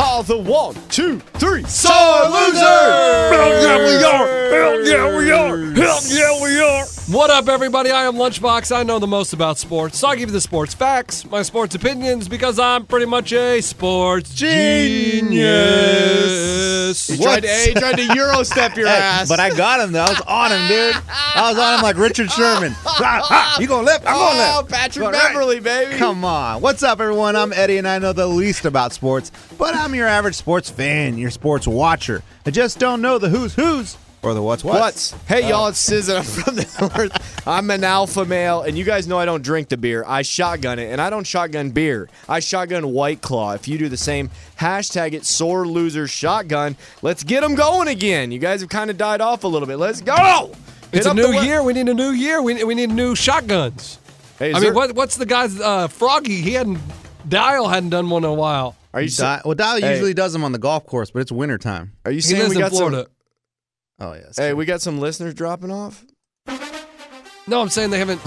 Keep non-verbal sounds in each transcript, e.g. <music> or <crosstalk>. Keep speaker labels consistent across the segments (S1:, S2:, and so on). S1: are the one, two, three, sore losers! Hell yeah, we are! Hell yeah, we are! Hell yeah, we are!
S2: What up, everybody? I am Lunchbox. I know the most about sports, so I give you the sports facts, my sports opinions, because I'm pretty much a sports
S1: Genius.
S2: genius.
S3: He tried, to, he tried to Eurostep your
S4: Hey,
S3: ass.
S4: But I got him though. I was on him, dude. I was on him like Richard <laughs> Sherman. Ah, ah, you going left? I'm going
S3: oh,
S4: left.
S3: Patrick
S4: Go right.
S3: Beverly, baby.
S4: Come on. What's up, everyone? I'm Eddie, and I know the least about sports, but I'm your average sports fan, your sports watcher. I just don't know the who's who's or the what's what's.
S3: What's? Hey,
S2: Oh.
S3: y'all, it's SZA. I'm from the <laughs> north. I'm an alpha male, and you guys know I don't drink the beer. I shotgun it, and I don't shotgun beer. I shotgun White Claw. If you do the same, hashtag it sore loser shotgun. Let's get them going again. You guys have kind of died off a little bit. Let's go.
S2: <laughs> It's
S3: Hit
S2: a
S3: up
S2: new
S3: the we-
S2: year. We need a new year. We, we need new shotguns.
S3: Hey, is
S2: I
S3: there-
S2: mean, what, what's the guy's uh, Froggy? He hadn't Dial hadn't done one in a while.
S3: Are you, sa-
S4: Di- well, Dial
S3: Hey.
S4: usually does them on the golf course, but it's wintertime.
S3: are you
S2: He
S3: saying
S2: lives
S3: we
S2: in
S3: got
S2: Florida.
S4: Oh, yes.
S3: some? Hey, we got some listeners dropping off.
S2: No, I'm saying they haven't.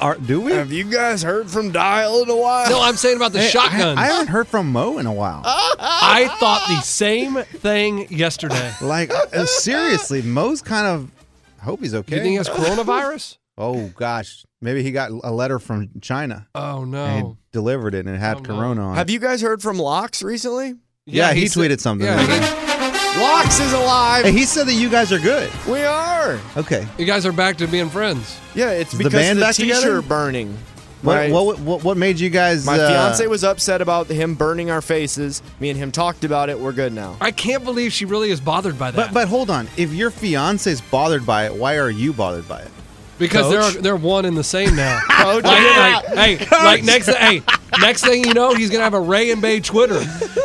S4: Are, do we?
S3: Have you guys heard from Dial in a while?
S2: No, I'm saying about the
S4: Hey, I-
S2: shotguns.
S4: I,
S2: I,
S4: haven't heard from Mo in a while.
S3: Ah!
S2: thought the same thing yesterday.
S4: Like,
S3: <laughs>
S4: uh, seriously, Mo's kind of. I hope he's okay.
S2: You think
S3: <laughs>
S2: it's coronavirus?
S4: Oh gosh, maybe he got a letter from China
S2: Oh no.
S4: and he delivered it and it had
S2: Oh, no.
S4: corona on.
S3: Have
S4: it.
S3: you guys heard from Locks recently?
S4: Yeah, he
S2: said-
S4: tweeted something.
S2: Yeah, he did.
S3: Locks is alive.
S4: Hey, he said that you guys are good.
S3: We are.
S4: Okay.
S2: You guys are back to being friends.
S3: Yeah, it's
S4: Is the
S3: because
S4: band
S3: of the
S4: back
S3: t-shirt
S4: together?
S3: burning.
S4: What,
S3: Right.
S4: what, what what made you guys?
S3: My
S4: uh,
S3: fiance was upset about him burning our faces. Me and him talked about it. We're good now.
S2: I can't believe she really is bothered by that.
S4: But but hold on. If your fiance's bothered by it, why are you bothered
S3: <laughs>
S4: by it?
S2: because
S3: Coach?
S2: they're they're one and the same
S4: <laughs>
S2: now.
S3: Coach,
S2: Like,
S3: yeah.
S2: like, hey, like next hey, next thing you know, he's gonna have a Ray and Bay Twitter.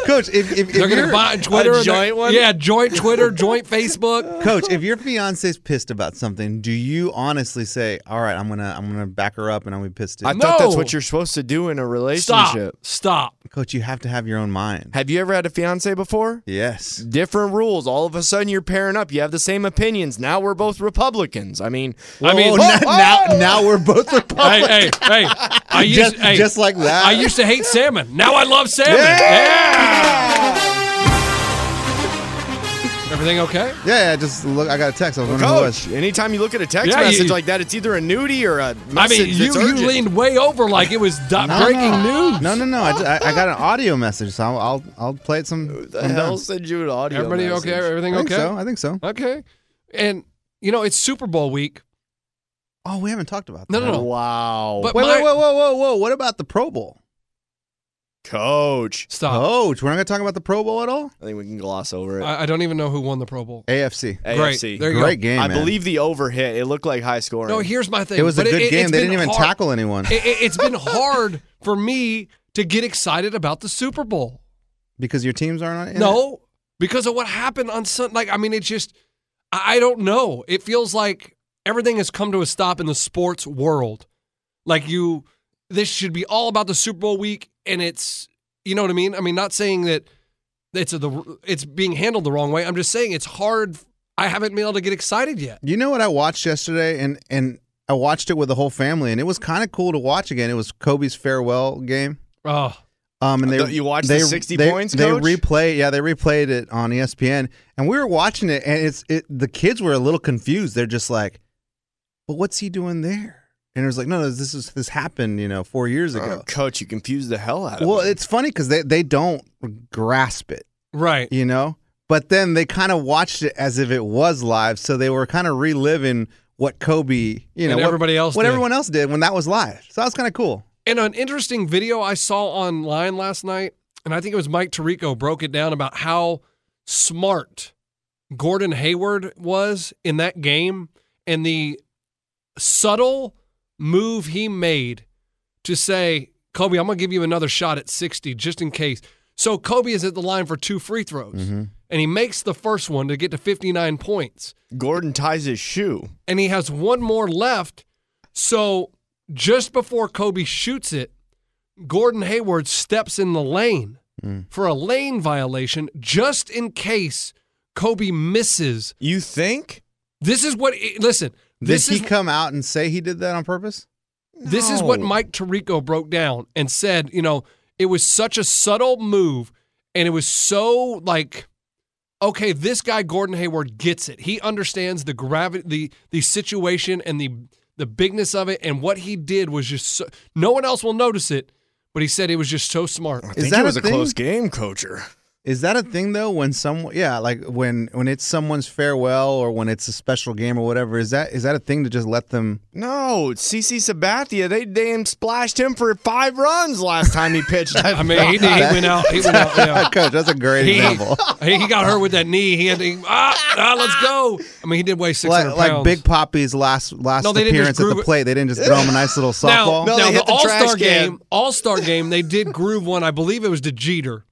S4: Coach, if if, if
S2: They're gonna
S4: your-
S2: buy Twitter.
S3: a joint
S2: they're-
S3: one?
S2: Yeah, joint Twitter, joint
S4: <laughs>
S2: Facebook.
S4: Coach, if your fiance's pissed about something, do you honestly say, "All right, I'm gonna I'm gonna back her up and I'm gonna be pissed"? Too.
S3: I thought that's
S2: No.
S3: what you're supposed to do in a
S2: Stop.
S3: relationship.
S2: Stop.
S4: Coach, you have to have your own mind.
S3: Have you ever had a fiance before?
S4: Yes.
S3: Different rules. All of a sudden, you're pairing up. You have the same opinions. Now we're both Republicans. I mean,
S2: I mean, <laughs>
S4: Oh,
S2: hey,
S4: <laughs> now, now now
S2: <laughs>
S4: we're both Republicans.
S2: hey, hey.
S4: <laughs>
S2: I used,
S4: Oh Just-
S2: hey,
S4: just like that.
S2: I used to hate salmon. Now I love salmon. Yeah. Everything okay?
S4: Yeah, yeah, just look. I got a text. I was wondering who it was.
S3: coach. Anytime you look at a text
S2: Yeah, you-
S3: message like that, it's either a nudie or a
S2: I
S3: message
S2: mean, you,
S3: that's
S2: you
S3: urgent.
S2: leaned way over like it was do-
S4: No,
S2: breaking
S4: no.
S2: news.
S4: No, no, no. I, ju- I, I got an audio message, so I'll I'll, I'll play it some.
S3: The
S4: sometime.
S3: hell send you an audio?
S2: Everybody
S3: message?
S2: okay? Everything
S4: I think
S2: okay?
S4: so. I think so.
S2: Okay. And you know, it's Super Bowl week.
S4: Oh, we haven't talked about that.
S2: No, no, no.
S3: Wow.
S2: But-
S4: Wait,
S2: My-
S4: wait, whoa, whoa, whoa, whoa. What about the Pro Bowl?
S3: coach,
S2: Stop.
S4: Coach, we're not going to talk about the Pro Bowl at all?
S3: I think we can gloss
S4: Oh.
S3: over it.
S2: I, I don't even know who won the Pro Bowl.
S4: AFC.
S3: AFC.
S2: Uh, Great. There you
S4: Great
S2: go.
S4: game.
S3: I
S4: man.
S3: believe the over hit. It looked like high scoring.
S2: No, here's my thing.
S4: it was a
S2: But
S4: good game.
S2: it's
S4: They didn't
S2: been
S4: even
S2: hard-
S4: tackle anyone
S2: It, it, it's been hard for me to get excited about the Super Bowl.
S4: because your teams aren't on it.
S2: No, because of what happened on Sunday. Like, I mean, it's just, I I don't know. It feels like everything has come to a stop in the sports world. Like, you, this should be all about the Super Bowl week, and it's, you know what I mean? I mean, not saying that it's a, the it's being handled the wrong way. I'm just saying it's hard. I haven't been able to get excited yet.
S4: You know what I watched yesterday, and and I watched it with the whole family, and it was kind of cool to watch again. It was Kobe's farewell game.
S2: Oh,
S4: Um, and they
S3: Don't you watch
S4: they,
S3: the 60
S4: they-
S3: points,
S4: They
S3: coach?
S4: replay, yeah, they replayed it on E ESPN, and we were watching it, and it's it. The kids were a little confused. They're just like, "But what's he doing there?" And it was like, "No, no, this is this happened, you know, four years
S3: Oh,
S4: ago."
S3: coach, you confused the hell out of
S4: well,
S3: me.
S4: it's funny because they they don't grasp it,
S2: Right.
S4: you know. But then they kind of watched it as if it was live, so they were kind of reliving what Kobe, you know,
S2: And
S4: what-
S2: everybody else
S4: what
S2: did.
S4: everyone else did when that was live. So that was kind of cool.
S2: And an interesting video I saw online last night, and I think it was Mike Tirico broke it down about how smart Gordon Hayward was in that game and the subtle move he made to say, Kobe, I'm going to give you another shot at 60 just in case. So Kobe is at the line for two free throws, and he makes the first one to get to 59 points
S3: Gordon ties his shoe.
S2: and he has one more left. So just before Kobe shoots it, Gordon Hayward steps in the lane for a lane violation just in case Kobe misses.
S3: You think?
S2: This is what listen, this
S4: did
S2: is
S4: he come out and say he did that on purpose?
S2: this is what
S3: No.
S2: Mike Tirico broke down and said, you know, it was such a subtle move and it was so like okay, this guy Gordon Hayward gets it. He understands the gravity the the situation and the the bigness of it and what he did was just so, no one else will notice it, but he said it was just so smart.
S3: I
S4: Is
S3: think
S4: that
S3: it
S4: a
S3: was a,
S4: thing?
S3: close game, coacher.
S4: Is that a thing though? When some, yeah, like when when it's someone's farewell or when it's a special game or whatever, is that is that a thing to just let them?
S3: No, CC Sabathia, they damn splashed him for five runs last
S2: <laughs>
S3: time he pitched.
S2: I mean,
S4: <laughs>
S2: he, he went out. He went out. Yeah.
S4: Coach, that's a great
S2: He, <laughs>
S4: example. <laughs>
S2: he he got hurt with that knee. He had to, ah, ah, let's go. I mean, he did weigh 600
S4: Like, like
S2: pounds.
S4: Big Poppy's last last
S2: No, they didn't just
S4: appearance at
S2: groove
S4: the
S2: it.
S4: plate, they didn't just throw him a nice little
S2: <laughs> Now,
S4: softball.
S3: No,
S2: now
S3: they
S2: the
S3: hit the
S2: All
S3: trash
S2: Star
S3: can.
S2: game, All Star game, they did groove one. I believe it was to Jeter,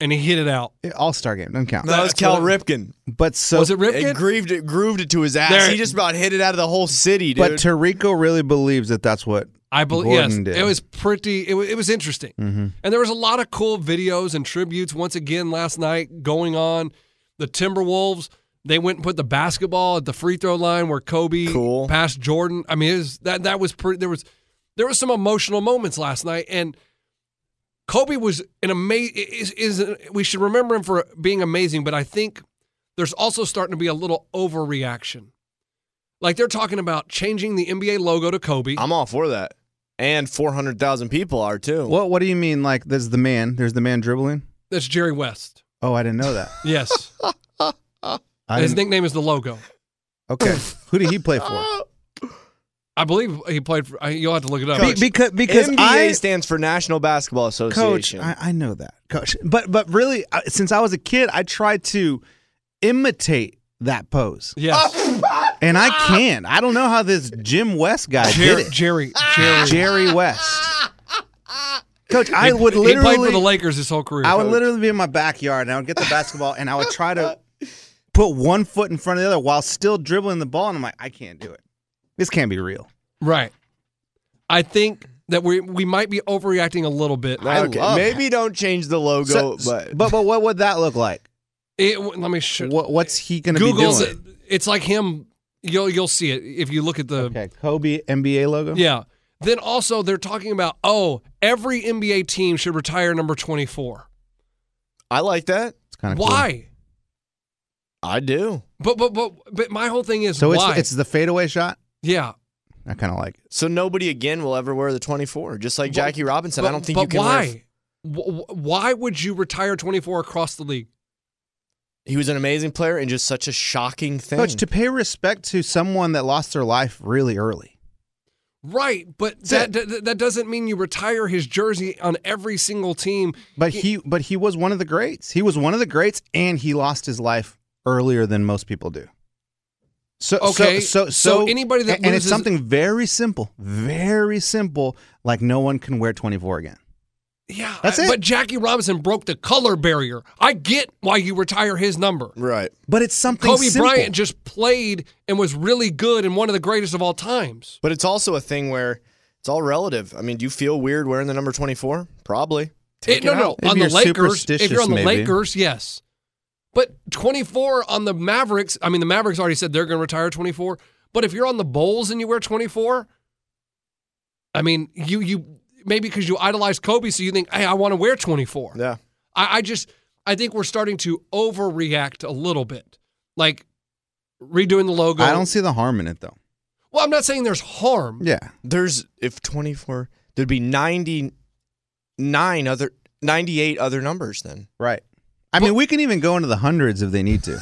S2: and he hit it out.
S4: All star game doesn't count.
S3: that was Cal Ripken.
S4: But so
S2: was it
S3: It
S2: Ripken?
S3: grooved it, grooved it to his ass.
S2: There-
S3: He just about hit it out of the whole city, dude.
S4: but Tarico really believes that that's what.
S2: I believe yes.
S4: Gordon did. Mm-hmm.
S2: It was pretty. It was, it was interesting, and there was a lot of cool videos and tributes once again last night going on. The Timberwolves they went and put the basketball at the free throw line where Kobe
S3: Cool.
S2: passed Jordan. I mean, it was, that that was pretty. There was there was some emotional moments last night, and Kobe was an amazing. Is, is we should remember him for being amazing, but I think there's also starting to be a little overreaction. Like they're talking about changing the NBA logo to Kobe.
S3: I'm all for that. And 400,000 people are, too.
S2: Oh.
S4: What What do you mean? Like there's the man. There's the man dribbling.
S2: That's Jerry West.
S4: Oh, I didn't know <laughs> that.
S2: Yes.
S4: I
S2: His
S4: didn't,
S2: nickname is the logo.
S4: okay, who did he play for?
S2: <laughs> I believe he played for, I- you'll have to look it up.
S4: Be- because because
S3: NBA
S4: I
S3: stands for National Basketball
S4: coach
S3: Association.
S4: I, I know that coach but but really uh, since i was a kid i tried to imitate that pose
S2: yes. <laughs>
S4: and i can't i don't know how this jim west guy
S2: Jer-
S4: did it Ah,
S2: Jerry. Jerry.
S4: jerry
S2: <laughs>
S4: west coach i
S2: He-
S4: would
S2: He played for the
S4: literally
S2: Lakers his whole career.
S4: i would literally be in my backyard and i would get the basketball and i would try to put one foot in front of the other while still dribbling the ball and i'm like i can't do it this can't be real
S2: Right. I think that we we might be overreacting a little bit.
S3: I okay,
S4: love
S3: maybe don't change the
S4: So-
S3: logo,
S4: but,
S3: but,
S4: but what would that look like
S2: It- let me show.
S4: what, what's he gonna
S2: Google's
S4: be doing
S2: it. It's like him. You'll you'll see it if you look at the
S4: okay kobe nba logo
S2: Yeah. Then also they're talking about oh every NBA team should retire number twenty four.
S3: I like that.
S4: it's kind of
S2: Why?
S3: I do.
S2: But but but but my whole thing is
S4: So it's
S2: why?
S4: it's the fadeaway shot.
S2: yeah.
S4: I kind of like it.
S3: So nobody again will ever wear the 24, just like Jackie Robinson. I don't think
S2: but
S3: you can wear-
S2: why? Wh- wh- Why would you retire 24 across the league?
S3: he was an amazing player and just such a shocking thing.
S4: Coach, to pay respect to someone that lost their life really early.
S2: Right, but that,
S4: That's
S2: that that doesn't mean you retire his jersey on every single team.
S4: But he but he was one of the greats. He was one of the greats and he lost his life earlier than most people do. So so-
S2: Okay,
S4: so so,
S2: so anybody that
S4: and, and it's
S2: loses-
S4: something very simple, very simple like no one can wear 24 again.
S2: Yeah,
S4: That's it.
S2: But Jackie Robinson broke the color barrier. I get why you retire his number.
S3: right.
S4: But it's something
S2: Kobe
S4: simple.
S2: Bryant just played and was really good and one of the greatest of all times.
S3: But it's also a thing where it's all relative. I mean, do you feel weird wearing the number 24? Probably.
S2: It- no, no,
S4: out. If
S2: on the
S4: you're
S2: Lakers. If you're on the
S4: superstitious, maybe.
S2: Lakers, yes. But 24 on the Mavericks. I mean, the Mavericks already said they're going to retire 24. But if you're on the Bulls and you wear 24, I mean, you you maybe because you idolize Kobe, so you think, hey, I want to wear 24.
S3: Yeah.
S2: I, I just I think we're starting to overreact a little bit, like redoing the logo.
S4: I don't see the harm in it though.
S2: Well, I'm not saying there's harm.
S4: Yeah.
S3: There's if 24, there'd be 99 other 98 other
S2: <laughs>
S3: numbers then.
S4: Right. I mean, we can even go into the hundreds if they need to.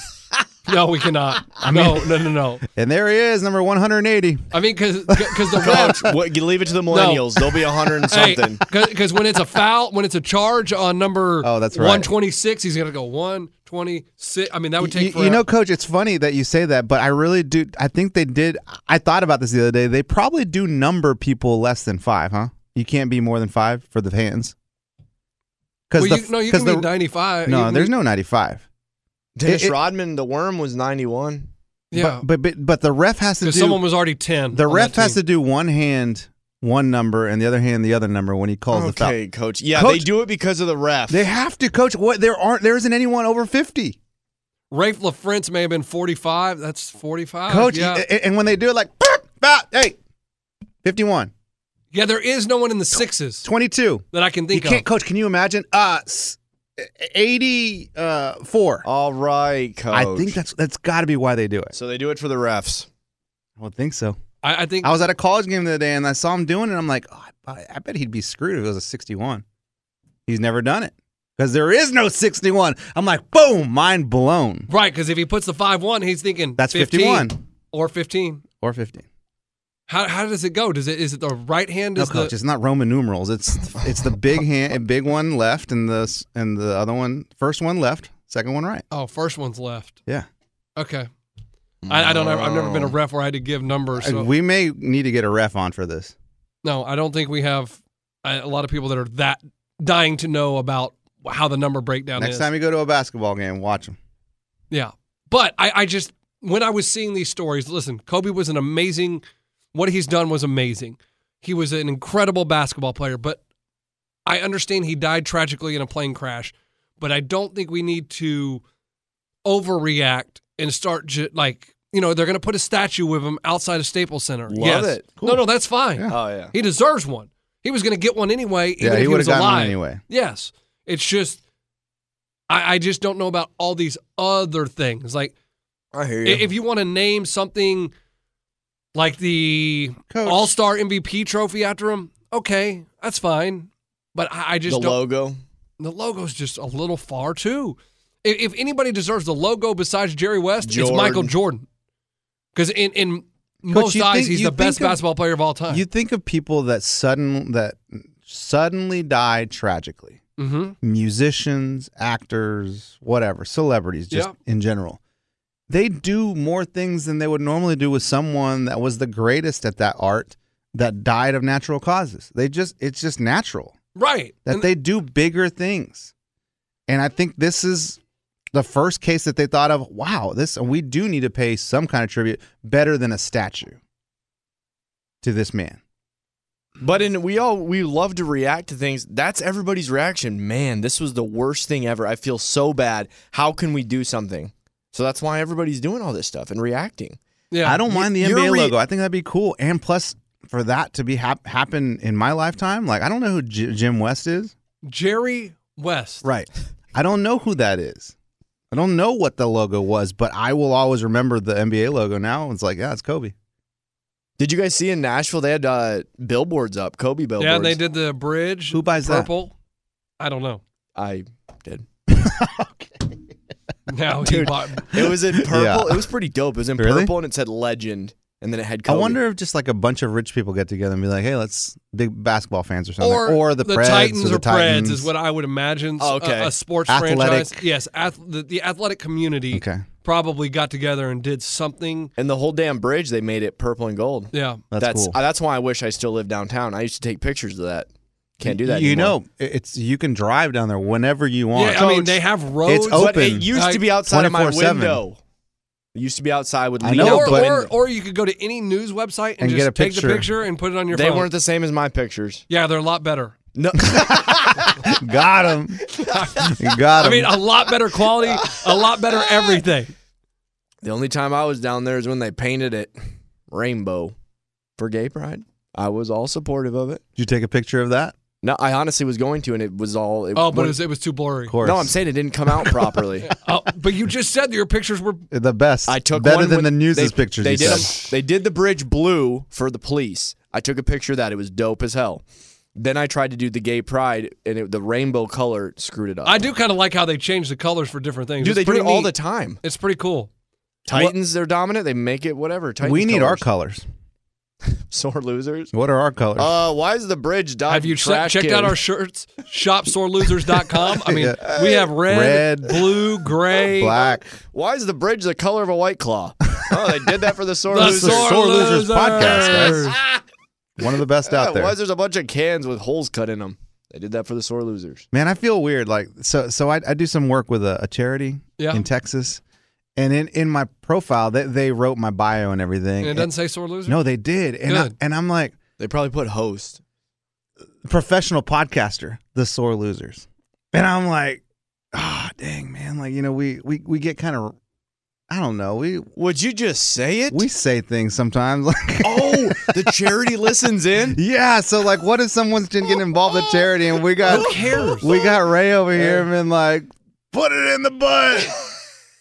S2: No, we
S4: <laughs>
S2: cannot. no, no, no, no.
S4: And there he is, number 180.
S2: I mean, because because
S4: <laughs>
S2: the refs.
S3: what, you leave it to the millennials. They'll be 100
S2: <laughs>
S3: and something.
S2: Because when it's a foul, when it's a charge on number
S4: Oh, that's right.
S2: 126, he's going to go 126. I mean, that would
S4: Y-
S2: take
S4: you, know, Coach, it's funny that you say that, but I really do. I think they did. I thought about this the other day. They probably do number people less than five, huh? You can't be more than five for the fans.
S2: Well,
S4: the
S2: you, no, you
S4: 'cause
S2: can be
S4: the-
S2: 95. You
S4: No,
S2: can
S4: there's
S2: be-
S4: no 95.
S3: Dennis
S4: It- it-
S3: Rodman, the worm was 91.
S2: Yeah.
S4: But, but but the ref has to do
S2: Because someone was already 10.
S4: the
S2: on
S4: ref
S2: that
S4: has to
S2: team.
S4: do one hand one number and the other hand the other number when he calls the foul.
S3: Okay, coach. Yeah,
S4: Coach-
S3: they do it because of the ref.
S4: They have to coach. What there aren't there isn't anyone over 50.
S2: Rafe LaFrance may have been 45. That's 45.
S4: coach,
S2: Oh, Yeah.
S4: a- a- and when they do it like "Burp, bop, hey 51,
S2: yeah, there is no one in the sixes
S4: 22.
S2: that I can
S4: You
S2: think
S4: can't
S2: of.
S4: coach. Can you imagine? Uh, s- 84.
S3: All right, coach.
S4: I think that's that's got to be why they do it.
S3: so they do it for the refs.
S4: I would think so.
S2: I, I think
S4: I was at a college game the other day and I saw him doing it. I'm like, oh, I, I bet he'd be screwed if it was a 61. He's never done it because there is no 61. I'm like, boom, mind blown.
S2: right because if he puts the five one, he's thinking
S4: That's
S2: 15
S4: 51
S2: or 15.
S4: or 15.
S2: How, how does it go? Does it is it the right hand?
S4: No,
S2: Is
S4: coach,
S2: the,
S4: it's not Roman numerals. It's it's the big hand, big one left, and the s- and the other one, first one left, second one right.
S2: oh, first one's left.
S4: Yeah,
S2: Okay. I, I don't. I've never been a ref where I had to give numbers. So.
S4: we may need to get a ref on for this.
S2: no, I don't think we have uh, a lot of people that are that dying to know about how the number breakdown
S4: Next
S2: is.
S4: time you go to a basketball game, watch them.
S2: Yeah. But I, I just, when I was seeing these stories, listen, Kobe was an amazing, what he's done was amazing. He was an incredible basketball player, but I understand he died tragically in a plane crash, but I don't think we need to overreact and start ju- like, you know, they're going to put a statue of him outside of Staples Center.
S3: Love
S2: yes.
S3: it.
S2: No, no, that's fine.
S3: Oh yeah.
S2: He deserves one. He was going to get one anyway. Even
S4: Yeah,
S2: if
S4: he
S2: he
S4: would've
S2: was
S4: gotten one
S2: alive.
S4: anyway.
S2: Yes, it's just I, I just don't know about all these other things. Like
S3: I hear
S2: i-
S3: you.
S2: if you want to name something like the
S4: Coach.
S2: All Star MVP trophy after him, okay, that's fine. But I, I just
S3: the
S2: don't.
S3: logo.
S2: The logo's just a little far too. I- If, anybody deserves the logo besides Jerry West,
S3: Jordan.
S2: it's Michael Jordan. Because in in most
S4: you
S2: eyes,
S4: think-
S2: he's
S4: you
S2: the best
S4: think of-
S2: basketball player of all time.
S4: You think of people that sudden that suddenly die tragically.
S2: mm-hmm.
S4: Musicians, actors, whatever, celebrities just
S2: Yeah.
S4: in general. They do more things than they would normally do with someone that was the greatest at that art that died of natural causes. They just it's just natural
S2: Right.
S4: that
S2: And-
S4: they do bigger things. And I think this is the first case that they thought of, wow, this we do need to pay some kind of tribute better than a statue to this man.
S3: But in we all we love to react to things. That's everybody's reaction. Man, this was the worst thing ever. I feel so bad. How can we do something? So that's why everybody's doing all this stuff and reacting.
S2: yeah.
S4: I don't mind the
S3: you're
S4: NBA
S3: re-
S4: logo. I think that'd be cool. And plus, for that to be hap- happen in my lifetime, like I don't know who J- Jim West is.
S2: Jerry West.
S4: Right. I don't know who that is. I don't know what the logo was, but I will always remember the NBA logo. Now it's like, yeah, it's Kobe.
S3: Did you guys see in Nashville they had uh, billboards up, Kobe billboards?
S2: Yeah, they did the bridge.
S4: Who buys that?
S2: purple? I don't know. <laughs>
S3: I did.
S2: Now he
S3: Dude.
S2: bought.
S3: It was in purple.
S4: Yeah.
S3: It was pretty dope. It was in
S4: Really?
S3: purple and it said legend, and then it had.
S4: I
S3: Kobe.
S4: wonder if just like a bunch of rich people get together and be like, hey, let's big basketball fans or something,
S2: Or,
S4: <laughs> or, the, Preds
S2: Titans
S4: or the
S2: or Preds is
S4: Titans.
S2: what I would imagine. A-
S3: Oh, okay.
S2: A, sports
S4: Athletic.
S2: franchise. Yes, ath- the, the athletic community
S4: Okay.
S2: probably got together and did something.
S3: And the whole damn bridge, they made it purple and gold.
S2: Yeah.
S4: That's, cool.
S3: uh, that's why I wish I still lived downtown. I used to take pictures of that. Can't do that.
S4: You
S3: anymore.
S4: know, it- it's you can drive down there whenever you want.
S2: Yeah, I mean they have roads.
S4: open.
S3: but it used to be outside of my
S4: 24/7.
S3: window. It used to be outside with.
S4: I
S3: Lee
S4: know,
S3: out
S2: or,
S3: the
S4: but-
S2: or,
S3: window.
S2: or you could go to any news website and,
S4: And
S2: just
S4: get a
S2: take the
S4: picture.
S2: picture and put it on your
S3: they
S2: phone.
S3: weren't the same as my pictures.
S2: yeah, they're a lot better.
S3: No, <laughs>
S4: Got him. Got
S2: I
S4: him.
S2: mean, a lot better quality, a lot better
S4: <laughs>
S2: everything.
S3: the only time I was down there is when they painted it rainbow for gay pride. I was all supportive of it.
S4: Did you take a picture of that?
S3: No, I honestly was going to, and it was all. It,
S2: Oh, but
S3: one-
S2: it was, it was too blurry.
S4: Of course.
S3: no, I'm saying it didn't come
S4: <laughs>
S3: out properly.
S2: Oh, but you just said that your pictures were.
S4: the best.
S3: I took
S4: better
S3: one
S4: than
S3: with-
S4: the news's
S3: they,
S4: pictures.
S3: They
S4: you
S3: did. 'em-
S4: said.
S3: they did the bridge blue for the police. I took a picture of that. It was dope as hell. Then I tried to do the gay pride, and it, the rainbow color screwed it up.
S2: I do kind of like how they change the colors for different things.
S3: Do
S2: It's
S3: they do
S2: pretty
S3: it all
S2: neat.
S3: the time?
S2: It's pretty cool.
S3: Titans, they're dominant. They make it whatever. Titans
S4: we need our
S3: colors.
S4: colors.
S3: sore losers.
S4: What are our colors?
S3: Uh, why is the bridge dot
S2: Have you che-
S3: trash
S2: checked
S3: can?
S2: out
S3: <laughs>
S2: our shirts? ShopSoreLosers.com. I mean, we have red,
S4: Red.
S2: blue, gray,
S4: Black.
S3: Why is the bridge the color of a white claw?
S4: <laughs>
S3: oh, they did that for the sore
S2: The
S4: This is
S3: losers.
S2: sore-
S4: Sore Losers
S2: losers.
S4: podcast, guys. One of the best
S3: Yeah,
S4: out there.
S3: Why is there's a bunch of cans with holes cut in them? They did that for the sore losers.
S4: Man, I feel weird. Like so, so I, I do some work with a, a charity
S2: Yeah.
S4: in Texas, and in in my profile, they they wrote my bio and everything.
S2: And it doesn't say sore
S4: And-
S2: loser?
S4: no, they did, and I,
S2: Good.
S4: and I'm like
S3: They probably put host.
S4: professional podcaster, the sore losers, and I'm like, ah, dang man, like you know we we we get kind of, I don't know, we
S3: Would you just say it?
S4: we say things sometimes <laughs> like.
S3: <laughs> oh, the charity listens <laughs> in.
S4: Yeah, so like, what if someone's didn't get involved with charity, and we got
S2: Who cares?
S4: we got Ray over here and been like, put it in the butt,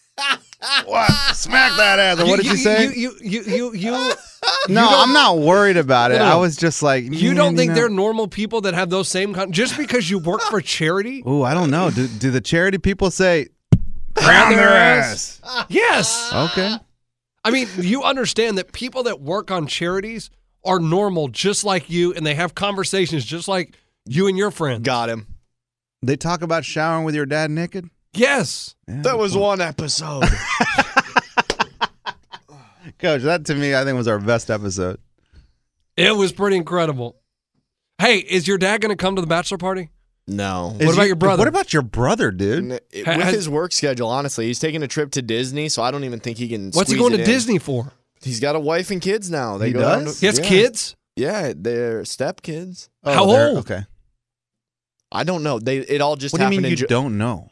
S3: <laughs>
S4: what? smack that ass. Or what did you, say?
S2: You, you, you, you, you,
S3: <laughs>
S4: no, I'm not worried about it.
S2: No, no.
S4: I was just like, "Mm,
S2: you
S4: man,
S2: don't think
S4: know-
S2: they're normal people that have those same con- just because you work for
S3: <laughs>
S2: charity?
S4: Ooh, I don't know. Do, do the charity people say grab their ass?
S2: Yes.
S4: Okay.
S2: I mean, you understand that people that work on charities are normal just like you and they have conversations just like you and your friends.
S3: Got him.
S4: They talk about showering with your dad naked.
S2: Yes.
S4: Yeah.
S3: That was one <laughs> episode.
S4: Coach, that to me, I think was our best episode.
S2: It was pretty incredible. Hey, is your dad going to come to the bachelor party?
S3: no.
S2: What
S4: Is
S2: about your brother?
S4: What about your brother, dude?
S3: N- it-
S2: Ha-
S3: With
S2: has-
S3: his work schedule, honestly, he's taking a trip to Disney, so I don't even think he can.
S2: What's he
S3: squeeze
S2: going
S3: it
S2: to
S3: in.
S2: Disney for?
S3: He's got a wife and kids now. They
S4: He
S3: go down
S4: does?
S3: to-
S2: He has
S3: yeah.
S2: kids?
S3: Yeah, they're step kids.
S2: How
S4: Oh, they're-
S2: old?
S4: Okay.
S3: I don't know. They it all just
S4: What do you
S3: happened
S4: mean
S3: in
S4: you
S3: Ju-
S4: don't
S3: <laughs>
S4: know?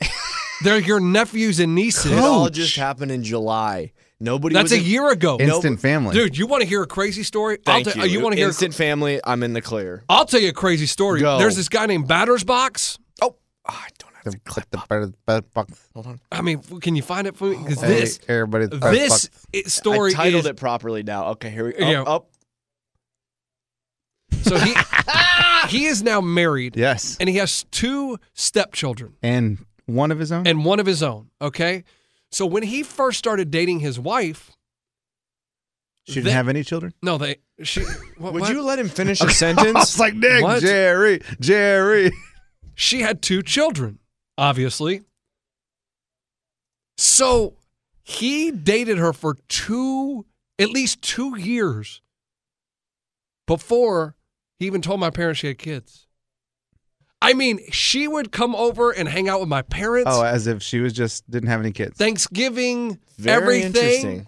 S2: They're your nephews and nieces.
S3: It all
S4: Coach.
S3: just happened in July. Nobody
S2: That's
S3: was
S2: a
S3: in-
S2: year ago.
S4: Instant family.
S2: Dude, you want to hear a crazy story?
S3: Thank
S2: I'll tell
S3: you.
S2: want to hear a
S3: instant family? I'm in the clear.
S2: I'll tell you a crazy story.
S3: Go.
S2: There's this guy named Battersbox.
S3: Oh, I don't have to clip.
S4: The bird- bird box.
S2: I mean, f- can you find it for me? Because
S4: Hey,
S2: this
S4: everybody, bird
S2: this
S4: box.
S2: i- story
S3: I titled
S2: is
S3: it properly now. Okay, here we go.
S2: Yeah.
S3: Up, up.
S2: so
S3: <laughs>
S2: he he is now married
S4: Yes,
S2: and he has two stepchildren
S4: and one of his own.
S2: and one of his own. Okay, so when he first started dating his wife,
S4: she didn't
S2: that-
S4: have any children.
S2: no, they
S3: <laughs>
S2: she what,
S3: Would
S2: what?
S3: you let him
S4: <laughs>
S3: finish
S4: I
S3: a
S4: was
S3: sentence?
S4: like, Nick,
S2: What?
S4: Jerry, Jerry. <laughs>
S2: she had two children, obviously. So he dated her for two, at least two years before he even told my parents she had kids. I mean, she would come over and hang out with my parents,
S4: Oh, as if she was just didn't have any kids.
S2: Thanksgiving,
S3: Very
S2: everything.
S3: interesting.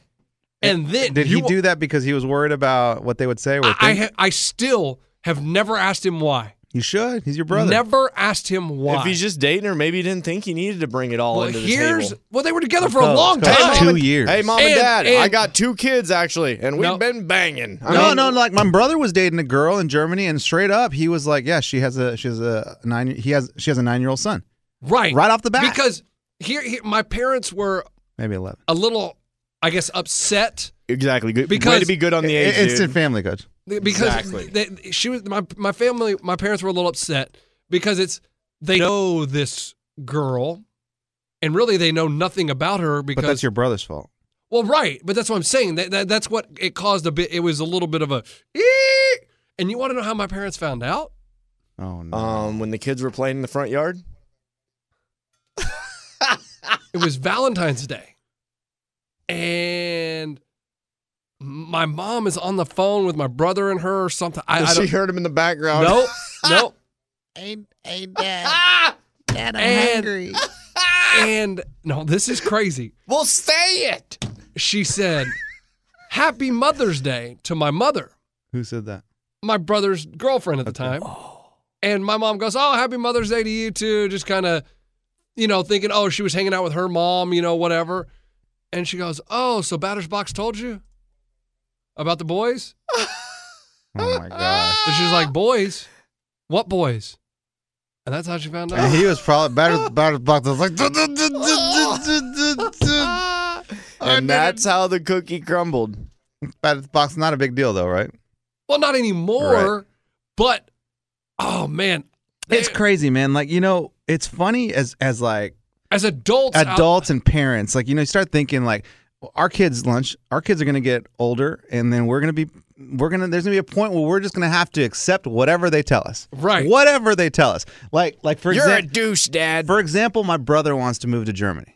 S2: And then
S4: Did he
S2: you-
S4: do that because he was worried about what they would say? Or
S2: I, I,
S4: think?
S2: ha- I still have never asked him why.
S4: you should. He's your brother.
S2: Never asked him why.
S3: If he's just dating her, maybe he didn't think he needed to bring it all
S2: well,
S3: into the
S2: here's <laughs>
S3: table.
S2: well, they were together for a
S4: Coach,
S2: long
S4: Coach,
S2: time.
S4: Two years.
S3: Hey, mom
S2: And-
S3: and dad, I
S2: and-
S3: got two kids actually, and we've
S2: No.
S3: been banging. I
S4: no,
S3: mean,
S4: no, like my brother was dating a girl in Germany, and straight up, he was like, "Yeah, she has a she has a nine he has she has a nine year old son,
S2: Right.
S4: Right off the bat.
S2: Because here, here my parents were
S4: maybe eleven.
S2: a little I guess upset
S3: exactly. Good. Way
S2: Because-
S3: to be good on the age,
S4: I- Instant
S3: dude.
S4: family, coach.
S2: because
S3: Exactly.
S2: they, she was my my family my parents were a little upset because it's they know this girl and really they know nothing about her
S4: But
S2: because
S4: that's your brother's fault.
S2: Well, right, but that's what I'm saying. That, that that's what it caused a bit it was a little bit of a "Ee!" and you want to know how my parents found out?
S4: Oh no.
S3: Um, when the kids were playing in the front yard,
S2: It was Valentine's Day. And my mom is on the phone with my brother and her or something. I, I
S3: she
S2: don't,
S3: heard him in the background.
S2: Nope.
S3: <laughs>
S2: Nope. <laughs> Hey, hey, Dad. Dad, I'm hungry. <laughs> And no, this is crazy.
S3: Well, say it.
S2: She said, Happy Mother's Day to my mother,
S4: Who said that?
S2: my brother's girlfriend at the time.
S4: Oh.
S2: And my mom goes, Oh, Happy Mother's Day to you too. Just kind of, you know, thinking, Oh, she was hanging out with her mom, you know, whatever. And she goes, Oh, so Batter's Box told you about the boys?
S4: Oh my god.
S2: And she was like, boys, what boys? And that's how she found out.
S4: And <laughs> he was probably better better block was like <laughs> "Duh, duh, duh, duh, duh, duh, duh."
S3: and that's how the cookie crumbled.
S4: Batter's box not a big deal though, right?
S2: Well, not anymore, but oh man,
S4: It's
S2: They-
S4: crazy, man. Like, you know, it's funny as as like
S2: as adults, out-
S4: adults and parents, like, you know, you start thinking like well, our kids lunch, our kids are going to get older and then we're going to be we're going to there's going to be a point where we're just going to have to accept whatever they tell us.
S2: Right.
S4: Whatever they tell us. Like like for
S3: You're a
S4: example,
S3: douche, Dad.
S4: for example, my brother wants to move to Germany.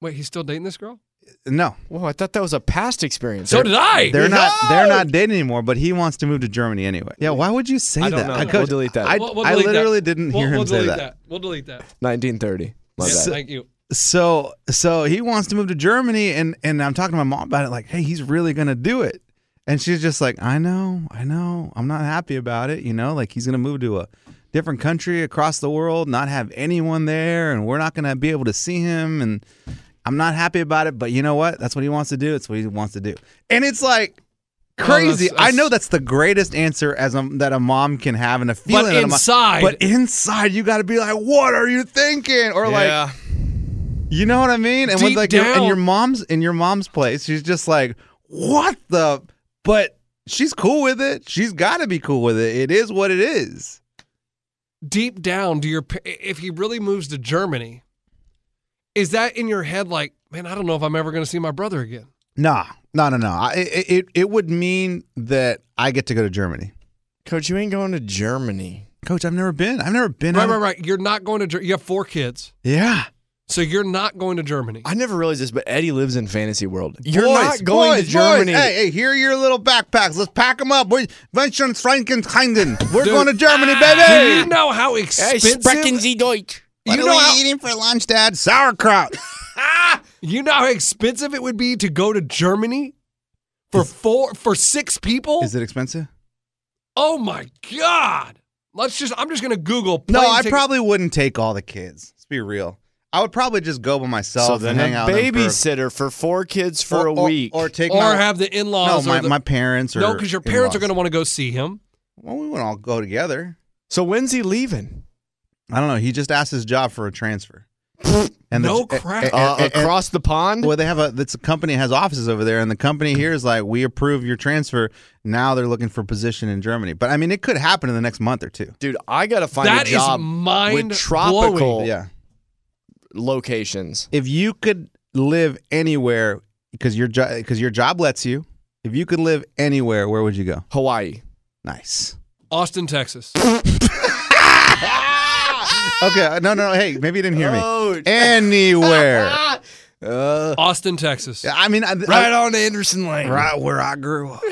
S2: wait, he's still dating this girl?
S4: No.
S3: Whoa, I thought that was a past experience.
S2: So did I.
S4: They're not. They're not dating anymore. But he wants to move to Germany anyway. Yeah. Why would you say
S3: I don't
S4: that?
S3: know.
S4: I could-
S3: We'll delete that.
S2: <laughs>
S4: I,
S2: We'll- we'll
S4: I
S2: delete that.
S4: literally didn't
S2: We'll-
S4: hear him
S2: we'll
S4: say
S2: delete
S4: that.
S2: We'll delete that.
S3: 1930. My
S2: Yeah,
S3: bad.
S2: thank you.
S4: So so he wants to move to Germany, and and I'm talking to my mom about it. Like, hey, he's really gonna do it. And she's just like, I know, I know. I'm not happy about it. You know, like he's gonna move to a different country across the world, not have anyone there, and we're not gonna be able to see him. And I'm not happy about it. But you know what? That's what he wants to do. It's what he wants to do. And it's like. Crazy!
S2: that's-
S4: I know that's the greatest answer as a, that a mom can have, and a feeling. that a mo-
S2: inside-
S4: but inside, you got to be like, "What are you thinking?" Or like,
S3: Yeah.
S4: you know what I mean? And when
S2: Deep
S4: like your- and
S2: down.
S4: your mom's in your mom's place, she's just like, "What the?" But she's cool with it. She's got to be cool with it. It is what it is.
S2: Deep down, do your pa- if he really moves to Germany, is that in your head like, man, I don't know if I'm ever going to see my brother again?
S4: Nah, no, no, no. I, it it it would mean that I get to go to Germany,
S3: Coach, you ain't going to Germany.
S4: Coach. I've never been. I've never been.
S2: Right,
S4: out-
S2: right, right. You're not going to. Ger- You have four kids,
S4: Yeah.
S2: so you're not going to Germany.
S3: I never realized this, but Eddie lives in fantasy world. You're
S4: Boys,
S3: not going
S4: boys,
S3: to Germany.
S4: Boys. Hey, hey, here are your little backpacks. Let's pack them up. We're Venture Frankenheiden. We're
S2: Dude, Ah!
S4: going to Germany,
S2: Do you
S4: baby.
S2: know how expensive?
S3: Sie Deutsch.
S2: you know how
S4: eating for lunch, Dad? Sauerkraut.
S2: <laughs> you know how expensive it would be to go to Germany for four for six people.
S4: is it expensive?
S2: Oh my god! Let's just. I'm just going to Google.
S4: No,
S2: plane
S4: I
S2: ticket-
S4: probably wouldn't take all the kids. Let's be real. I would probably just go by myself
S3: So then
S4: and hang
S3: a
S4: out with them
S3: babysitter for four kids for
S4: or,
S3: a
S4: or-
S3: week.
S4: or, take
S2: or
S4: my,
S2: have the
S4: no,
S2: in-laws.
S4: my,
S2: or the,
S4: my parents or
S2: no, because your parents are going
S4: in-laws.
S2: to want to go see him.
S4: Well, we wouldn't all go together.
S3: so when's he leaving?
S4: I don't know. He just asked his job for
S2: <laughs>
S4: a transfer. and
S2: No crap.
S4: and-
S3: Uh,
S4: and- and-
S3: across the pond?
S4: well, they have a. It's a company has offices over there, and the company here is like, we approve your transfer. Now they're looking for a position in Germany, but I mean, it could happen in the next month or two.
S3: Dude, I gotta find
S2: That
S3: a
S2: is
S3: job
S2: mind-blowing.
S3: with tropical
S4: yeah.
S3: locations.
S4: if you could live anywhere because your job because your job lets you if you could live anywhere where would you go
S3: Hawaii.
S4: nice
S2: Austin, Texas.
S4: okay uh, no no no, hey maybe you didn't hear me
S3: Oh,
S4: anywhere
S3: uh,
S2: Austin, Texas.
S4: i mean I,
S3: right on Anderson Lane.
S4: I, right where i grew up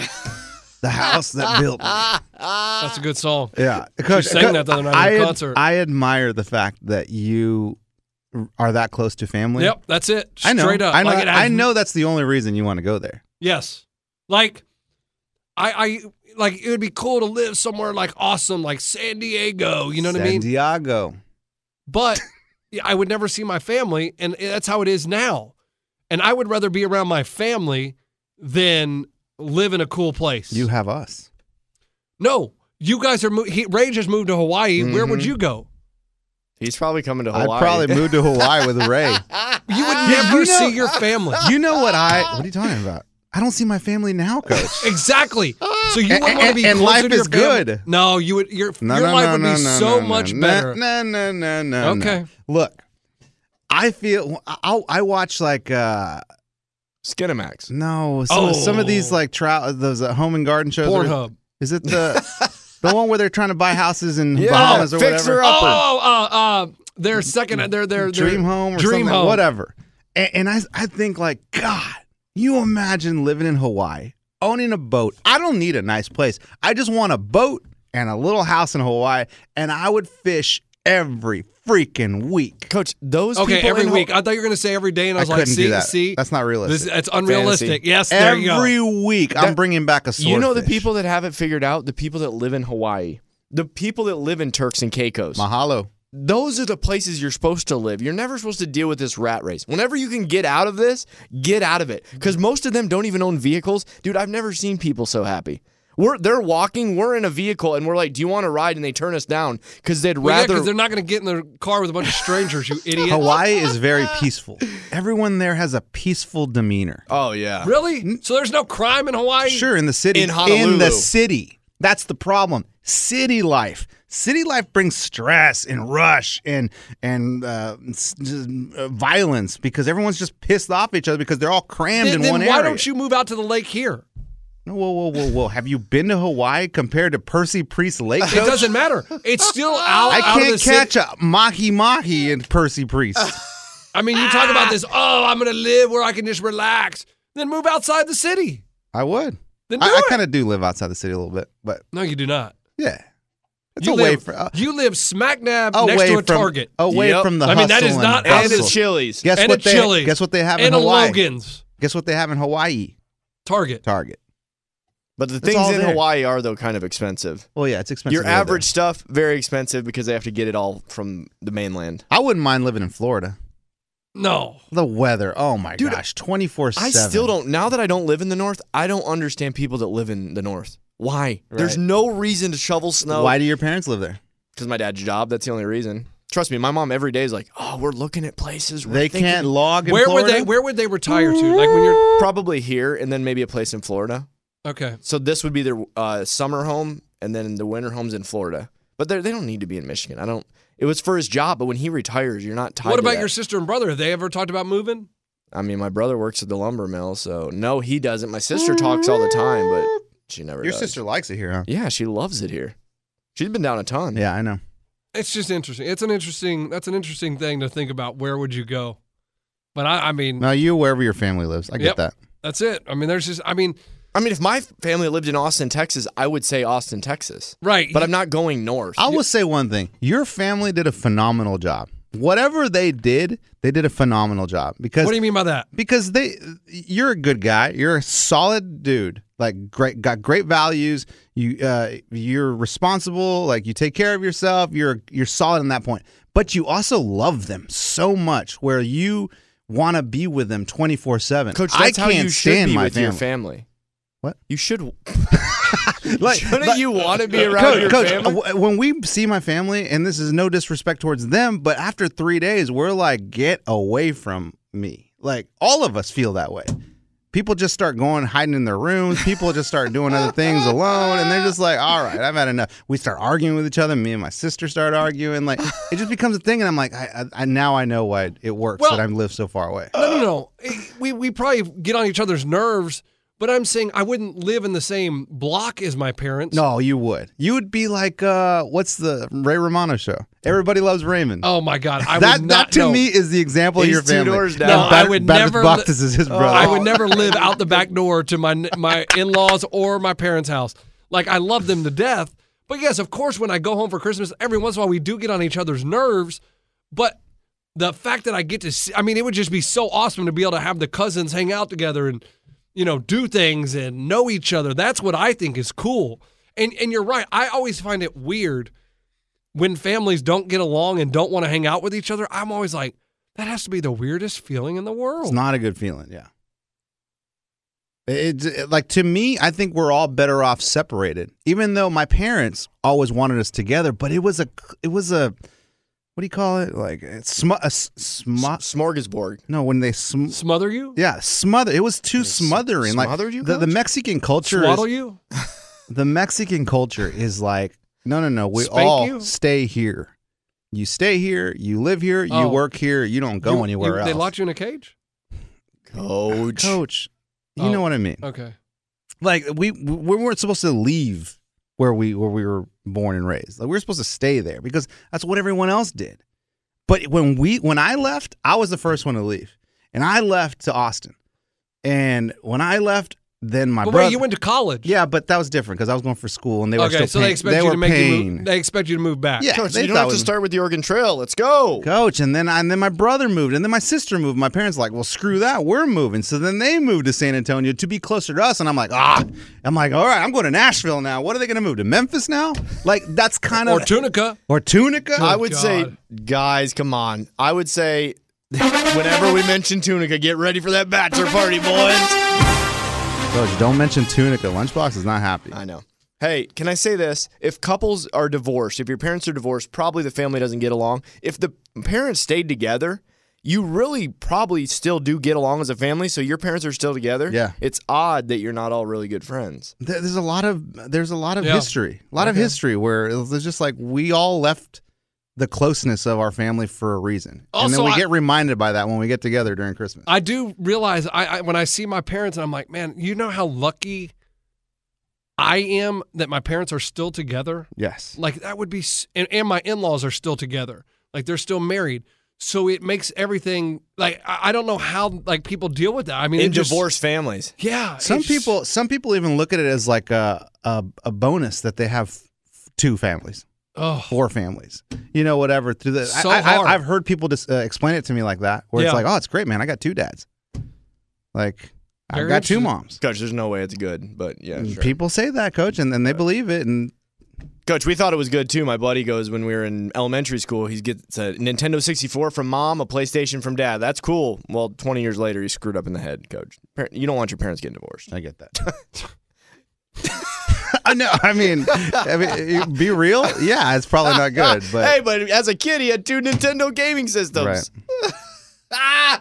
S4: the house that
S3: <laughs>
S4: built me.
S2: That's a good song. <laughs>
S4: yeah coach,
S2: sang
S4: coach,
S2: that the other night at
S4: I,
S2: a
S4: ad-
S2: concert.
S4: I admire the fact that you are that close to family
S2: Yep, that's it.
S4: I
S2: Straight
S4: know.
S2: up.
S4: I know.
S2: Like, it has-
S4: I know that's the only reason you want to go there.
S2: Yes. Like, I, I, like it would be cool to live somewhere like awesome, like San Diego. You know what
S4: San
S2: I mean?
S4: Diego. <laughs>
S2: but yeah, I would never see my family, and that's how it is now. And I would rather be around my family than live in a cool place.
S4: You have us.
S2: no, you guys are. Mo- he, Ray just moved to Hawaii. Where
S4: Mm-hmm.
S2: would you go?
S3: He's probably coming to Hawaii.
S4: I'd probably move to Hawaii with
S2: <laughs>
S4: Ray.
S2: You would never
S4: Yeah, Ah. you know-
S2: see your
S4: <laughs>
S2: family.
S4: You know what I? What are you talking about? I don't see my family now, Coach.
S2: Exactly. So you would
S4: And-
S2: want to be
S4: and
S2: closer
S4: life
S2: to your
S4: is
S2: family.
S4: good.
S2: No, you would. <laughs> Your
S4: No,
S2: your
S4: no,
S2: life
S4: no,
S2: would
S4: no,
S2: be
S4: no,
S2: so
S4: no,
S2: much
S4: no,
S2: better.
S4: No, no, no, no. no.
S2: Okay.
S4: Look, I feel I I watch like uh
S3: <laughs> Skinamax.
S4: no some, of- some of these
S2: Oh.
S4: like trial those uh, home and garden shows. that are-
S2: Pornhub.
S4: Is it the the one where they're trying to buy
S2: <laughs>
S4: houses in
S3: Yeah,
S4: Bahamas or
S3: Fixer
S4: whatever?
S3: Upper.
S2: Oh, uh, uh, their second, their their, their
S4: Mm. dream home or
S2: dream
S4: something,
S2: home.
S4: whatever. And, and I, I think like, God, you imagine living in Hawaii, owning a boat. I don't need a nice place. I just want a boat and a little house in Hawaii, and I would fish every freaking week.
S3: Coach, those
S2: Okay,
S3: people
S2: every
S3: in Ho-
S2: week. I thought you were going to say every day, and I
S4: I
S2: was like,
S4: couldn't
S2: see,
S4: do that.
S2: see,
S4: That's not realistic.
S2: This, that's unrealistic.
S3: Fantasy.
S2: Yes, there you go.
S4: every week, I'm
S3: That-
S4: bringing back a swordfish.
S3: you know the people that have it figured out? The people that live in Hawaii. The people that live in Turks and Caicos.
S4: Mahalo.
S3: Those are the places you're supposed to live. You're never supposed to deal with this rat race. Whenever you can get out of this, get out of it. Because most of them don't even own vehicles. Dude, I've never seen people so happy. We're they're walking. We're in a vehicle, and we're like, "Do you want to ride?" And they turn us down because they'd
S2: Well, yeah,
S3: rather.
S2: because they're not going to get in their car with a bunch of strangers,
S4: <laughs>
S2: you idiot.
S4: Hawaii is very peaceful. Everyone there has a peaceful demeanor.
S3: oh yeah.
S2: Really? So there's no crime in Hawaii?
S4: Sure, in the city.
S3: In Honolulu.
S4: the city. That's the problem. City life. City life brings stress and rush and and uh, s- s- uh, violence because everyone's just pissed off at each other because they're all crammed
S2: Then,
S4: in
S2: then
S4: one
S2: why
S4: area.
S2: don't you move out to the lake here?
S4: Whoa, whoa, whoa, whoa! Have you been to Hawaii compared to Percy
S2: <laughs>
S4: Priest Lake?
S2: It doesn't matter. It's
S4: <laughs>
S2: still out.
S4: I
S2: out of the
S4: can't
S2: city.
S4: catch a mahi mahi in Percy Priest.
S2: <laughs> I mean, you talk about this. Oh, I'm going to live where I can just relax. Then move outside the city.
S4: I would.
S2: Then
S4: I,
S2: do
S4: I
S2: it.
S4: kind of do live outside the city a little bit, but
S2: No, you do not.
S4: yeah, it's
S2: you
S4: away
S2: live,
S4: from uh,
S2: you live smack dab
S4: away
S2: next to a
S4: Oh, from
S2: Target
S4: away
S3: Yep.
S4: from the.
S2: I mean, that is
S4: hustle
S2: not
S4: and
S3: And
S2: Absolutely.
S3: the
S4: bustle.
S3: Chili's.
S4: Guess
S2: and
S4: what
S2: a
S4: they
S2: Chili's
S4: guess what they have in
S2: and a
S4: Hawaii.
S2: Logan's
S4: Guess what they have in Hawaii?
S2: Target.
S4: Target.
S3: But the
S4: It's
S3: things
S4: all
S3: in
S4: there.
S3: Hawaii are though kind of expensive.
S4: Well, Oh, yeah, it's expensive.
S3: Your
S4: to live
S3: average stuff very expensive because they have to get it all from the mainland.
S4: there. I wouldn't mind living in Florida.
S2: No,
S4: The weather. Oh my
S3: Dude,
S4: gosh, twenty four
S3: I
S4: seven.
S3: still don't. Now that I don't live in the north, I don't understand people that live in the north. Why? There's
S4: Right.
S3: no reason to shovel snow.
S4: Why do your parents live there?
S3: Because my dad's job. That's the only reason. Trust me, my mom every day is like, "Oh, we're looking at places. We're
S4: They
S3: thinking-
S4: can't log in
S2: where
S4: Florida.
S2: would they? Where would they retire to? Like when you're
S3: probably here, and then maybe a place in Florida.
S2: okay.
S3: So this would be their uh, summer home, and then the winter homes in Florida. But they're- they don't need to be in Michigan. I don't. It was for his job, but when he retires, you're not tied.
S2: What
S3: to
S2: about
S3: that.
S2: your sister and brother? Have they ever talked about moving?
S3: I mean, my brother works at the lumber mill, so no, he doesn't. My sister talks all the time, but she never.
S4: Your
S3: does.
S4: sister likes it here, huh?
S3: Yeah, she loves it here. She's been down a ton.
S4: Yeah, I know.
S2: It's just interesting. It's an interesting. That's an interesting thing to think about. Where would you go? But I, I mean,
S4: Now you, wherever your family lives, I
S2: Yep.
S4: get that.
S2: that's it. I mean, there's just. I mean,
S3: I mean, if my family lived in Austin, Texas, I would say Austin, Texas.
S2: right.
S3: But I'm not going north.
S4: I will say one thing. Your family did a phenomenal job. Whatever they did, they did a phenomenal job because
S2: what do you mean by that?
S4: because they you're a good guy. You're a solid dude. Like great got great values. You uh you're responsible, like you take care of yourself. You're you're solid in that point. But you also love them so much where you want to be with them 24/7.
S3: Coach,
S4: I
S3: that's
S4: can't
S3: how you should
S4: stand
S3: be
S4: my
S3: with
S4: family.
S3: your family.
S4: What?
S3: You should.
S4: <laughs> Like-
S3: <laughs> Shouldn't
S4: like-
S3: you want to be around
S4: Coach,
S3: your
S4: coach, uh,
S3: family?
S4: w- when we see my family, and this is no disrespect towards them, but after three days, we're like, get away from me. Like all of us feel that way. People just start going hiding in their rooms. People just start doing other things alone, and they're just like, "All right, I've had enough." We start arguing with each other. Me and my sister start arguing. Like it just becomes a thing, and I'm like, "I, I, I now I know why it works
S2: Well-
S4: that I live so far away."
S2: No, no, no. It- We we probably get on each other's nerves. But I'm saying I wouldn't live in the same block as my parents.
S4: No, you would. You would be like, uh, "What's the Ray Romano show?" Everybody loves Raymond.
S2: Oh my God. I
S4: that,
S2: would not,
S4: that to
S2: no.
S4: me is the example
S3: He's
S4: of your
S3: two
S4: family.
S3: doors down.
S4: And
S2: No, I
S4: Baptist-
S2: would
S4: Baptist
S2: never
S4: Baptist
S2: li- Oh.
S4: is his brother.
S2: I would never live out the back door to my my in laws or my parents' house. Like I love them to death, but yes, of course, when I go home for Christmas, every once in a while we do get on each other's nerves. But the fact that I get to see—I mean, it would just be so awesome to be able to have the cousins hang out together and you know do things and know each other. That's what I think is cool. And and you're right. I always find it weird when families don't get along and don't want to hang out with each other. I'm always like. That has to be the weirdest feeling in the world.
S4: It's not a good feeling. Yeah. It's it- like to me, I think we're all better off separated. Even though my parents always wanted us together, but it was a it was a what do you call it? Like a sm, a s- sm-
S3: Smorgasbord.
S4: no when they sm,
S2: smother you,
S4: yeah smother. It was too smothering. Like
S3: smothered you,
S4: the, the
S3: Coach?
S4: Mexican culture. Is,
S2: swaddle you.
S4: the Mexican culture is like, no, no, no. We
S2: Spank
S4: all
S2: you?
S4: stay here. You stay here. You live here.
S2: Oh.
S4: You work here. You don't go
S2: You-
S4: anywhere
S2: you-
S4: else.
S2: They locked you in a cage.
S3: Coach.
S4: Coach, you
S2: Oh.
S4: know what I mean.
S2: Okay.
S4: Like we we weren't supposed to leave where we where we were born and raised. Like we were supposed to stay there because that's what everyone else did. But when we when I left, I was the first one to leave, and I left to Austin. And when I left, then my
S2: but
S4: brother.
S2: wait, you went to college.
S4: yeah, but that was different because I was going for school and they were
S2: okay,
S4: still
S2: so
S4: paying.
S2: they expect you
S4: were
S2: to make you
S4: paying.
S2: move. They expect you to move back.
S4: Yeah,
S3: Coach,
S4: they
S3: you don't
S4: thought
S3: have
S4: it
S3: to
S4: was-
S3: start with the Oregon Trail. Let's go.
S4: coach and then I, and then my brother moved and then my sister moved my parents like well screw that we're moving so then they moved to san antonio to be closer to us and i'm like ah i'm like all right i'm going to nashville now what are they going to move to memphis now like that's
S2: <laughs>
S4: kind
S2: Or
S4: of
S2: Tunica.
S4: or tunica
S3: I would
S2: God.
S3: say, guys, come on. I would say, whenever we mention Tunica, get ready for that bachelor party, boys.
S4: Coach, don't mention Tunic. The lunchbox is not happy.
S3: I know. Hey, can I say this? If couples are divorced, if your parents are divorced, probably the family doesn't get along. If the parents stayed together, you really probably still do get along as a family. So your parents are still together.
S4: Yeah.
S3: It's odd that you're not all really good friends.
S4: There- There's a lot of there's a lot of
S2: Yeah.
S4: history, a lot of history where it was just like we all left the closeness of our family for a reason, and
S2: Also,
S4: then we
S2: I-
S4: get reminded by that when we get together during Christmas.
S2: I do realize I, I when I see my parents, I'm like, man, you know how lucky I am that my parents are still together.
S4: yes,
S2: Like that would be, s- and, and my in laws are still together. Like they're still married. So it makes everything like I, I don't know how like people deal with that. I mean,
S3: In
S2: it just-
S3: divorced families.
S2: yeah.
S4: some
S2: it's-
S4: people some people even look at it as like a a, a bonus that they have f- two families.
S2: Oh,
S4: four families, you know, whatever. Through the,
S2: So
S4: I, I,
S2: hard.
S4: I've heard people just uh, explain it to me like that, where
S2: Yeah.
S4: it's like, oh, it's great, man. I got two dads. Like,
S2: Very
S4: I've got two
S2: interesting. <laughs>
S4: moms.
S3: Coach, there's no way it's good, but yeah,
S4: And
S3: sure.
S4: Mm, People say that, coach, and then they believe it. And
S3: Coach, we thought it was good too. My buddy goes when we were in elementary school. He gets a Nintendo 64 from mom, a PlayStation from dad. That's cool. Well, 20 years later, he screwed up in the head, Coach. Par- You don't want your parents getting divorced.
S4: I get that.
S2: <laughs>
S4: <laughs> I know. I mean, I mean, be real. Yeah, it's probably
S2: <laughs>
S4: not good, but
S3: hey, but as a kid, he had two Nintendo gaming systems.
S4: right.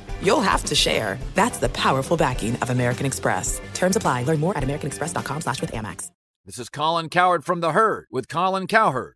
S5: you'll have to share. That's the powerful backing of American Express. Terms apply. Learn more at americanexpress.com slash with Amex.
S6: This is Colin Cowherd from The Herd with Colin Cowherd.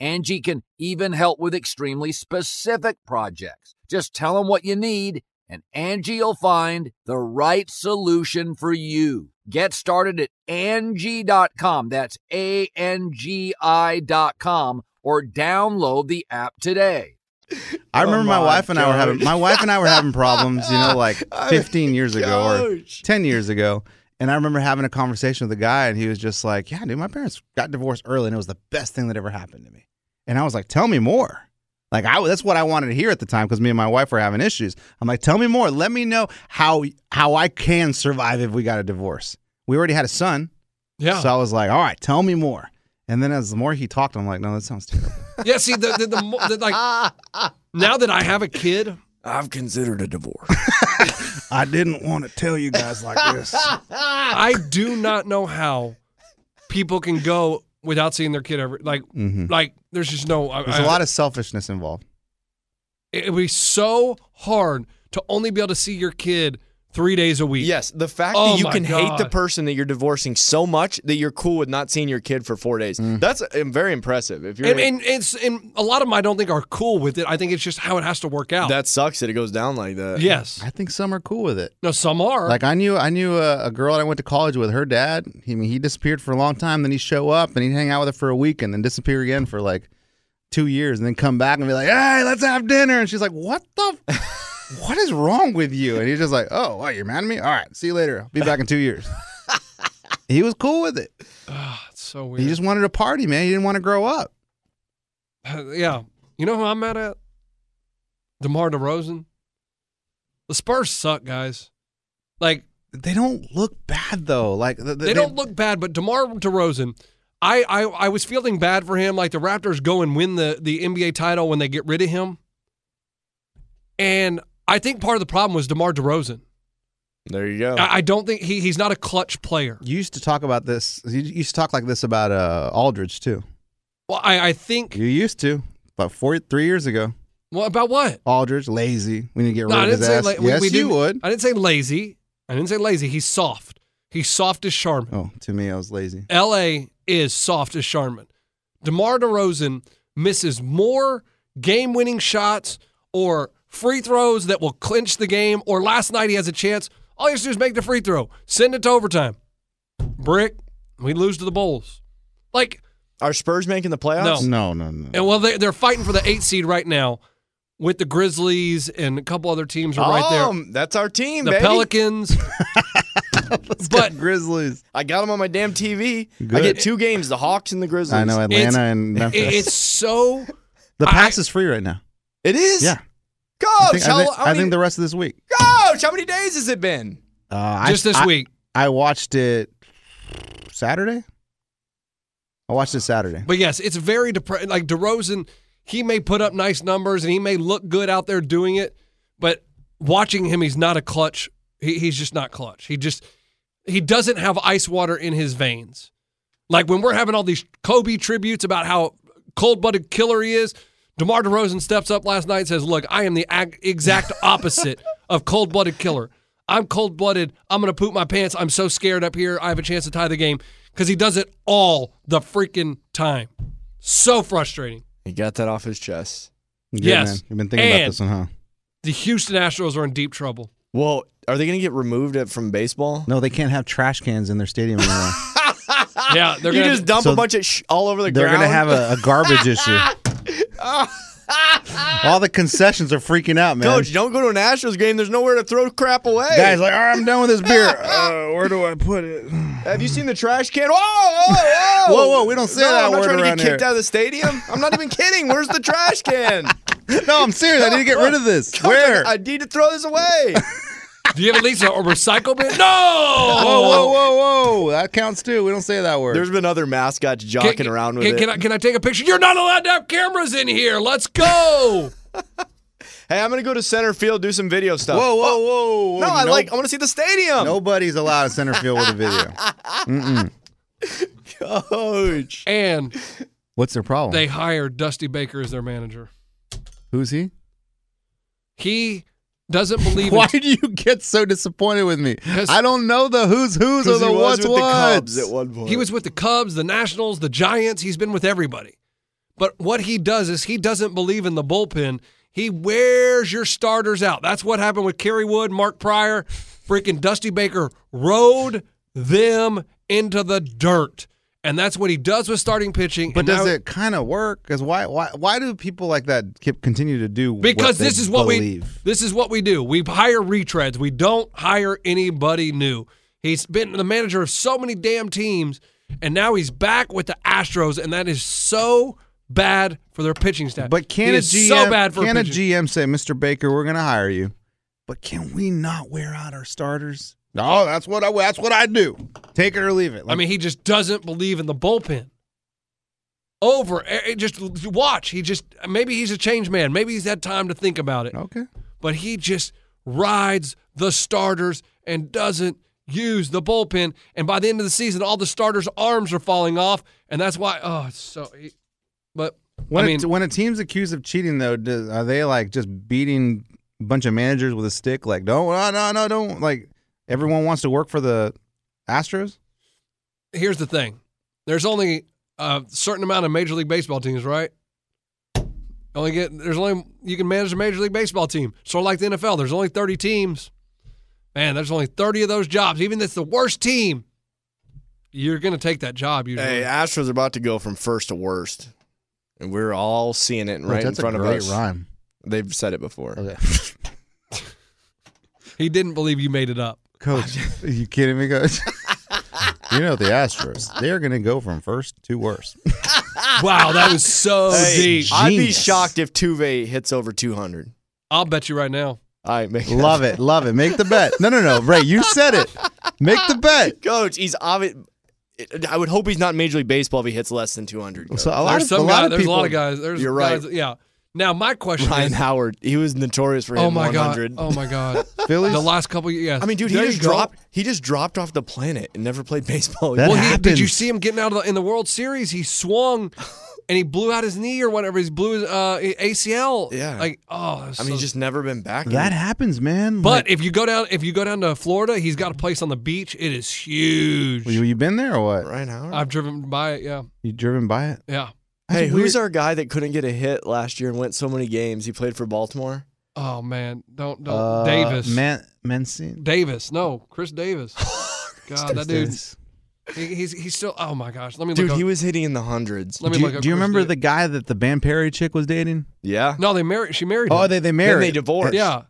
S6: Angie can even help with extremely specific projects. Just tell them what you need and Angie will find the right solution for you. Get started at Angie.com. That's A N G I.com or download the app today.
S4: I remember my,
S3: Oh my
S4: wife and I were having
S3: gosh.
S4: my wife and I were having problems, you know, like
S3: <laughs> I mean,
S4: 15 years ago or
S3: gosh.
S4: 10 years ago. And I remember having a conversation with a guy, and he was just like, "Yeah, dude, my parents got divorced early, and it was the best thing that ever happened to me." And I was like, "Tell me more." Like I, that's what I wanted to hear at the time because me and my wife were having issues. I'm like, "Tell me more. Let me know how how I can survive if we got a divorce." We already had a son,
S2: yeah.
S4: so I was like, "All right, tell me more." And then as the more he talked, I'm like, "No, that
S3: <laughs>
S4: sounds terrible."
S2: Yeah, see, the, the, the, mo- the like now that I have a kid,
S3: I've considered a divorce.
S4: I didn't want to tell you guys like this.
S2: I do not know how people can go without seeing their kid ever. Like,
S4: hmm
S2: like there's just no. I,
S4: There's a lot of selfishness involved.
S2: It would be so hard to only be able to see your kid three days a week.
S3: yes, the fact
S2: Oh
S3: that you
S2: my
S3: can hate the
S2: God.
S3: person that you're divorcing so much that you're cool with not seeing your kid for four days.
S4: Mm.
S3: That's uh, very impressive. If you're
S2: And, and it's and a lot of them I don't think are cool with it. I think it's just how it has to work out.
S3: that sucks that it goes down like that.
S2: yes.
S4: I think some are cool with it.
S2: No, some are.
S4: Like I knew, I knew a, a girl that I went to college with. Her dad, he I mean, he disappeared for a long time. Then he'd show up and he'd hang out with her for a week, and then disappear again for like two years, and then come back and be like, "Hey, let's have dinner." And she's like, "What the?" f-" <laughs> what is wrong with you? And he's just like, oh, what, you're mad at me? All right, see you later. I'll be back in two <laughs> years. he was cool with it.
S2: It's so weird.
S4: He just wanted to party, man. He didn't want to grow up.
S2: <sighs> yeah. You know who I'm mad at? DeMar DeRozan. The Spurs suck, guys. Like,
S4: They don't look bad though. Like the,
S2: they, don't look bad, but DeMar DeRozan, I, I I was feeling bad for him. Like the Raptors go and win the the NBA title when they get rid of him, and I think part of the problem was DeMar DeRozan.
S3: There you
S4: Oh.
S3: go.
S2: I, I don't think he he's not a clutch player.
S4: You used to talk about this. You used to talk like this about uh, Aldridge too.
S2: Well, I I think
S4: You used to about four, three years ago.
S2: well, about what?
S4: Aldridge lazy. We need to get rid
S2: No, I
S4: of
S2: didn't
S4: his
S2: say
S4: ass.
S2: like
S4: yes,
S2: we, we
S4: you
S2: didn't-
S4: would.
S2: I didn't say lazy. I didn't say lazy. He's soft. He's soft as Charmin.
S4: Oh, to me, I was lazy.
S2: LA is soft as Charmin. DeMar DeRozan misses more game winning shots or free throws that will clinch the game, or last night he has a chance. All he has to do is make the free throw, send it to overtime. Brick, we lose to the Bulls. Like,
S3: Are Spurs making the playoffs?
S2: No.
S4: No, no, no.
S2: and well, they, they're fighting for the eight seed right now with the Grizzlies and a couple other teams are right there.
S3: Oh, that's our team,
S2: the
S3: baby. <laughs>
S2: Pelicans. but
S4: <laughs> Grizzlies.
S3: I got them on my damn TV. I
S4: Good.
S3: get two games: the Hawks and the Grizzlies.
S4: I know
S2: it's,
S4: Atlanta and
S2: it-
S4: Memphis.
S2: it's so.
S4: the
S2: I- Oh,
S4: pass is free right now.
S3: It is.
S4: Yeah,
S3: Coach,
S4: I think, I
S3: how,
S4: think-
S3: how
S4: I
S3: many,
S4: think the rest of this week.
S3: Coach, how many days has it been?
S4: Uh,
S2: Just
S4: I,
S2: this
S4: I-
S2: week.
S4: I watched it Saturday. I watched it Saturday.
S2: But yes, it's very depressing. Like DeRozan, he may put up nice numbers and he may look good out there doing it, but watching him, he's not a clutch. He, he's just not clutch. He just he doesn't have ice water in his veins. Like when we're having all these Kobe tributes about how cold-blooded killer he is, DeMar DeRozan steps up last night and says, "Look, I am the ag- exact <laughs> opposite of cold-blooded killer. I'm cold-blooded. I'm going to poop my pants. I'm so scared up here. I have a chance to tie the game cuz he does it all the freaking time. So frustrating.
S3: He got that off his chest.
S4: Good,
S2: yes.
S4: man. you've been thinking about
S2: And-
S4: this one, huh?
S2: The Houston Astros are in deep trouble.
S3: Well, are they going to get removed at- from baseball?
S4: No, they can't have trash cans in their stadium anymore.
S2: Yeah, they're
S3: Ah, you
S2: going
S3: just dump
S4: So
S3: a bunch of sh- all over the
S4: They're
S3: ground.
S4: gonna have a, a garbage issue.
S3: <laughs>
S4: All the concessions are freaking out, man.
S3: Coach, don't go to an Astros game. There's nowhere to throw crap away.
S4: Guys, like, all right, I'm done with this beer.
S3: <laughs>
S4: Uh, where do I put it?
S3: have you seen the trash can? Whoa, <laughs> whoa, whoa,
S4: Whoa, whoa, we don't say
S3: no,
S4: that
S3: I'm not
S4: word
S3: trying to get
S4: around
S3: kicked
S4: here.
S3: out of the stadium. I'm not even kidding. Where's the trash <laughs> can?
S4: No, I'm serious. I need to get rid of
S3: <laughs>
S4: this.
S3: Coach,
S4: Where?
S3: I, I need to throw this away.
S2: Do you have at least a, a recycle bin? No!
S4: Whoa, whoa, whoa, whoa! That counts too. We don't say that word.
S3: <laughs> There's been other mascots jocking
S2: Can-
S3: around with
S2: can,
S3: it.
S2: Can I, can I take a picture? You're not allowed to have cameras in here. Let's
S3: <laughs>
S2: go.
S3: hey, I'm gonna go to center field, do some video stuff.
S4: whoa, whoa, whoa, whoa!
S3: No, I
S4: Nope.
S3: like. I want to see the stadium. <laughs>
S4: Nobody's allowed in center field with a video.
S3: Coach.
S2: and
S4: What's their problem?
S2: they hired Dusty Baker as their manager.
S4: Who's he?
S2: He doesn't
S4: <laughs>
S2: believe
S4: Why
S2: in
S4: do you get so disappointed with me?
S2: 'Cause-
S4: I don't know the who's who's or
S3: Because
S4: the
S3: he was
S4: what's
S3: with the Cubs
S4: what's.
S3: at one point.
S2: He was with the Cubs, the Nationals, the Giants. He's been with everybody. But what he does is he doesn't believe in the bullpen. He wears your starters out. That's what happened with Kerry Wood, Mark Pryor, freaking Dusty Baker rode them into the dirt. And that's what he does with starting pitching.
S4: But
S2: and
S4: does
S2: now-
S4: it kind of work? Because why why why do people like that keep continue to do?
S2: Because
S4: what they
S2: this is what
S4: believe?
S2: we this is what we do. We hire retreads. We don't hire anybody new. He's been the manager of so many damn teams, and now he's back with the Astros, and that is so bad for their pitching staff.
S4: But can
S2: It
S4: a
S2: is
S4: GM
S2: so bad for
S4: can a
S2: pitching.
S4: GM say, Mr. Baker, we're going to hire you, but can we not wear out our starters? No, that's what I that's what I do. Take it or leave it.
S2: I mean, he just doesn't believe in the bullpen. Over, eh, eh, just l- watch. He just maybe he's a change man. Maybe he's had time to think about it.
S4: okay.
S2: but he just rides the starters and doesn't use the bullpen. And by the end of the season, all the starters' arms are falling off, and that's why. Oh, it's so. But
S4: When
S2: I
S4: a-
S2: mean,
S4: when a team's accused of cheating, though, does, are they like just beating a bunch of managers with a stick? Like, no, no, no, no, don't. Like, everyone wants to work for the Astros.
S2: here's the thing: there's only a certain amount of Major League Baseball teams, right? Only get there's only you can manage a Major League Baseball team. Sort of like the NFL, there's only 30 teams. Man, there's only 30 of those jobs. Even if it's the worst team, you're gonna take that job usually.
S3: Hey, Astros are about to go from first to worst, and we're all seeing it right in
S4: Oh, that's
S3: front
S4: a
S3: of
S4: great
S3: us.
S4: rhyme.
S3: They've said it before.
S4: Okay.
S2: He didn't believe you made it up.
S4: Coach, <laughs> are you kidding me, Coach? you know the Astros. They're going to go from first to worst.
S2: Wow, that was so
S3: <laughs> Hey,
S2: deep.
S3: I'd be
S4: Genius.
S3: shocked if Tuve hits over 200.
S2: I'll bet you right now.
S3: I
S4: <laughs>
S3: make
S4: love it. Love it. Make the bet. No, no, no. Ray, you said it. Make the bet.
S3: Coach, he's obvious. I would hope he's not in Major League Baseball if he hits less than 200.
S4: <laughs> So
S3: Coach.
S4: a lot,
S2: There's
S4: of, a
S2: some
S4: lot
S2: guy,
S4: of
S2: there's
S4: people.
S2: a lot of guys. There's
S3: You're right.
S2: guys- yeah. Now my
S4: <laughs>
S2: question
S3: Ryan
S2: is,
S3: Howard, he was notorious for hitting
S2: oh my
S3: 100.
S2: god, oh my
S3: <laughs>
S2: god,
S4: Phillies?
S2: The last couple, years, yeah.
S3: I mean, dude, he
S2: There
S3: just
S2: you go.
S3: dropped. He just dropped off the planet and never played <laughs> baseball.
S4: That-
S2: Well, he, did you
S4: happens.
S2: see him getting out of the, in the World Series? He
S3: <laughs>
S2: swung and he blew out his knee or whatever. He blew his uh, ACL.
S3: Yeah.
S2: Like, oh, that's
S3: I mean,
S2: so-
S3: he's just never been back. in
S4: That
S3: it.
S4: happens, man.
S2: But
S4: Like,
S2: if you go down, if you go down to Florida, he's got a place on the beach. It is huge.
S4: you, you been there or what?
S3: Ryan Howard.
S2: I've driven by it. Yeah,
S4: You driven by it?
S2: yeah.
S3: hey,
S4: That's
S3: who's
S4: weird.
S3: our guy that couldn't get a hit last year and went so many games? He played for Baltimore.
S2: Oh man, don't don't
S4: Uh,
S2: Davis.
S4: Man, Mancini.
S2: Davis, no, Chris
S4: <laughs>
S2: Davis. God, that dude.
S4: Davis.
S2: He, he's he's still. Oh my gosh, let me
S3: Dude,
S2: look.
S3: he
S2: up-
S3: was hitting in the hundreds.
S2: let me
S4: do
S2: look
S4: you,
S2: up
S4: do you
S2: Chris
S4: remember the
S2: Davis.
S4: guy that the Ban Perry chick was dating?
S3: Yeah.
S2: No, they married. She married.
S4: Oh,
S2: him.
S4: they they
S3: Then
S4: married.
S3: they divorced.
S2: Yeah,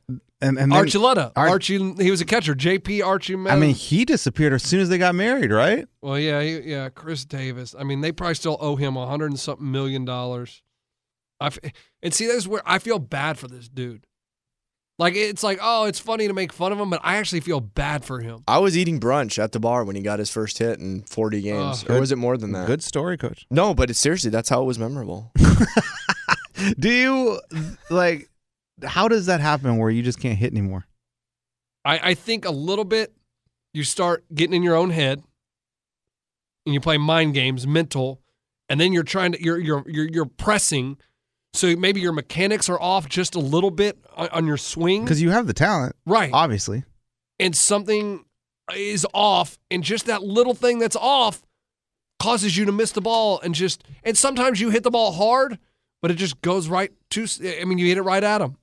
S4: and, and then-
S2: Archuleta.
S4: Ar-
S2: Archie. He was a catcher. J.P. Archie.
S4: I mean, he disappeared as soon as they got married, right?
S2: well, yeah, he, yeah. Chris Davis. I mean, they probably still owe him a hundred and something million dollars. I f- and see, that's where I feel bad for this dude. Like it's like, oh, it's funny to make fun of him, but I actually feel bad for him.
S3: I was eating brunch at the bar when he got his first hit in 40 games.
S4: Oh.
S3: or was it more than that?
S4: Good story, coach.
S3: No, but it's seriously, that's how it was memorable.
S4: Do you like? How does that happen where you just can't hit anymore?
S2: I, I think a little bit you start getting in your own head and you play mind games, mental, and then you're trying to you're you're you're, you're pressing. So maybe your mechanics are off just a little bit on, on your swing.
S4: Because you have the talent,
S2: right.
S4: obviously.
S2: and something is off and just that little thing that's off causes you to miss the ball and just and sometimes you hit the ball hard but it just goes right to i mean you hit it right at them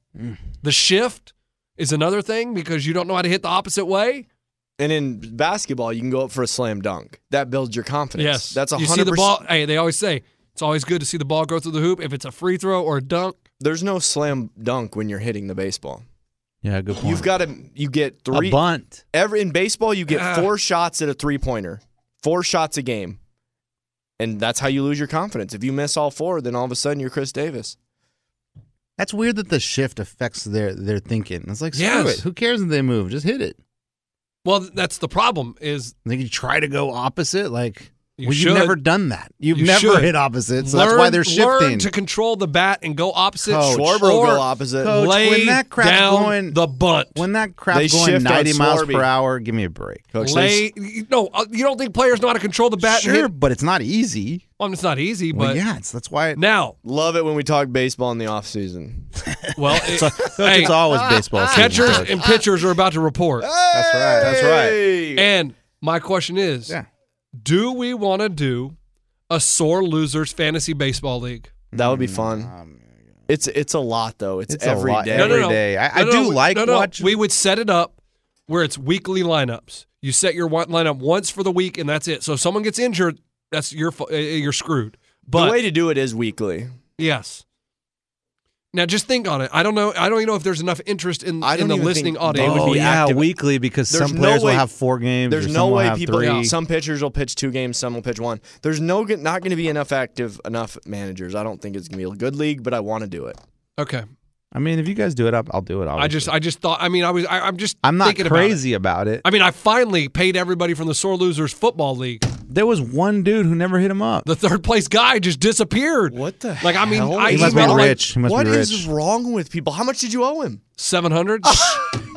S2: the shift is another thing because you don't know how to hit the opposite way
S3: And in basketball, you can go up for a slam dunk. That builds your confidence. That's a
S2: you
S3: hundred
S2: see the ball
S3: percent.
S2: hey they always say it's always good to see the ball go through the hoop if it's a free throw or a dunk
S3: There's no slam dunk when you're hitting the baseball.
S4: Yeah, good
S3: You've got to. You get
S4: a
S3: three.
S4: bunt.
S3: Every in baseball, you get
S2: Ah.
S3: four shots at a three pointer. Four shots a game, and that's how you lose your confidence. If you miss all four, then all of a sudden you're Chris Davis.
S4: That's weird that the shift affects their their thinking. It's like screw
S2: Yes.
S4: it. Who cares if they move? Just hit it.
S2: well that's the problem is
S4: And then you try to go opposite. Like
S2: You
S4: well,
S2: should.
S4: you've never done that. You've
S2: You
S4: never
S2: should.
S4: hit opposite, so
S2: learn,
S4: that's why they're shifting.
S2: learn to control the bat and go opposite
S4: Coach.
S3: Schwarber
S2: or
S3: will go opposite.
S4: Coach,
S2: lay
S4: when that crap's
S2: down
S4: going-
S2: the bunt
S4: when that crap's
S3: They
S4: going
S3: shift on
S4: 90 miles
S3: Swarby.
S4: per hour, give me a break.
S3: Coach,
S2: Lay,
S3: they-
S2: you- no, uh, you don't think players know how to control the bat? and
S4: sure,
S2: hit-
S4: but it's not easy.
S2: Well, it's not easy, but
S4: Well, yeah, it's, that's why. It,
S2: now,
S3: love it when we talk baseball in the off season.
S4: <laughs>
S2: well, it- hey,
S4: it's always baseball. season,
S2: catchers
S4: Coach.
S2: and pitchers are about to report.
S4: That's right. That's right.
S2: And my question is,
S4: Yeah.
S2: do we want to do a sore losers fantasy baseball league?
S3: That would be fun.
S4: Um,
S3: It's it's a lot though. It's,
S4: It's a
S3: every
S4: lot.
S3: day.
S4: No, no, Every day. I- I do like
S2: no, no.
S4: watching-
S2: We would set it up where it's weekly lineups. You set your one- lineup once for the week, and that's it. So if someone gets injured, that's your fu- uh, you're screwed. But
S3: the way to do it is weekly.
S2: Yes. Now just think on it. I don't know. I don't even know if there's enough interest in,
S3: I
S2: in
S3: don't
S2: the
S3: even
S2: listening
S3: think
S2: audience.
S3: they would
S4: oh,
S3: be
S4: yeah,
S3: active.
S4: weekly because
S3: There's
S4: some
S3: no
S4: players
S3: way-
S4: will have four games.
S3: There's
S4: or
S3: no
S4: some will
S3: way
S4: have
S3: people.
S4: Three.
S2: Yeah.
S3: Some pitchers will pitch two games. Some will pitch one. There's no not going to be enough active enough managers. I don't think it's going to be a good league, but I want to do it.
S2: Okay.
S4: I mean, if you guys do it, I'll, I'll do it. Obviously.
S2: I just I just thought. I mean, I was. I, I'm just.
S4: Oh, I'm not
S2: thinking
S4: crazy about
S2: About
S4: it.
S2: it. I mean, I finally paid everybody from the sore losers football league.
S4: There was one dude who never hit him up.
S2: The third place guy just disappeared.
S3: What the
S2: Like I mean,
S3: hell?
S2: I
S4: He must be
S2: emailed like
S4: rich. He must
S3: What
S4: be rich.
S3: is wrong with people? How much did you owe him?
S2: seven
S4: <laughs>
S2: hundred.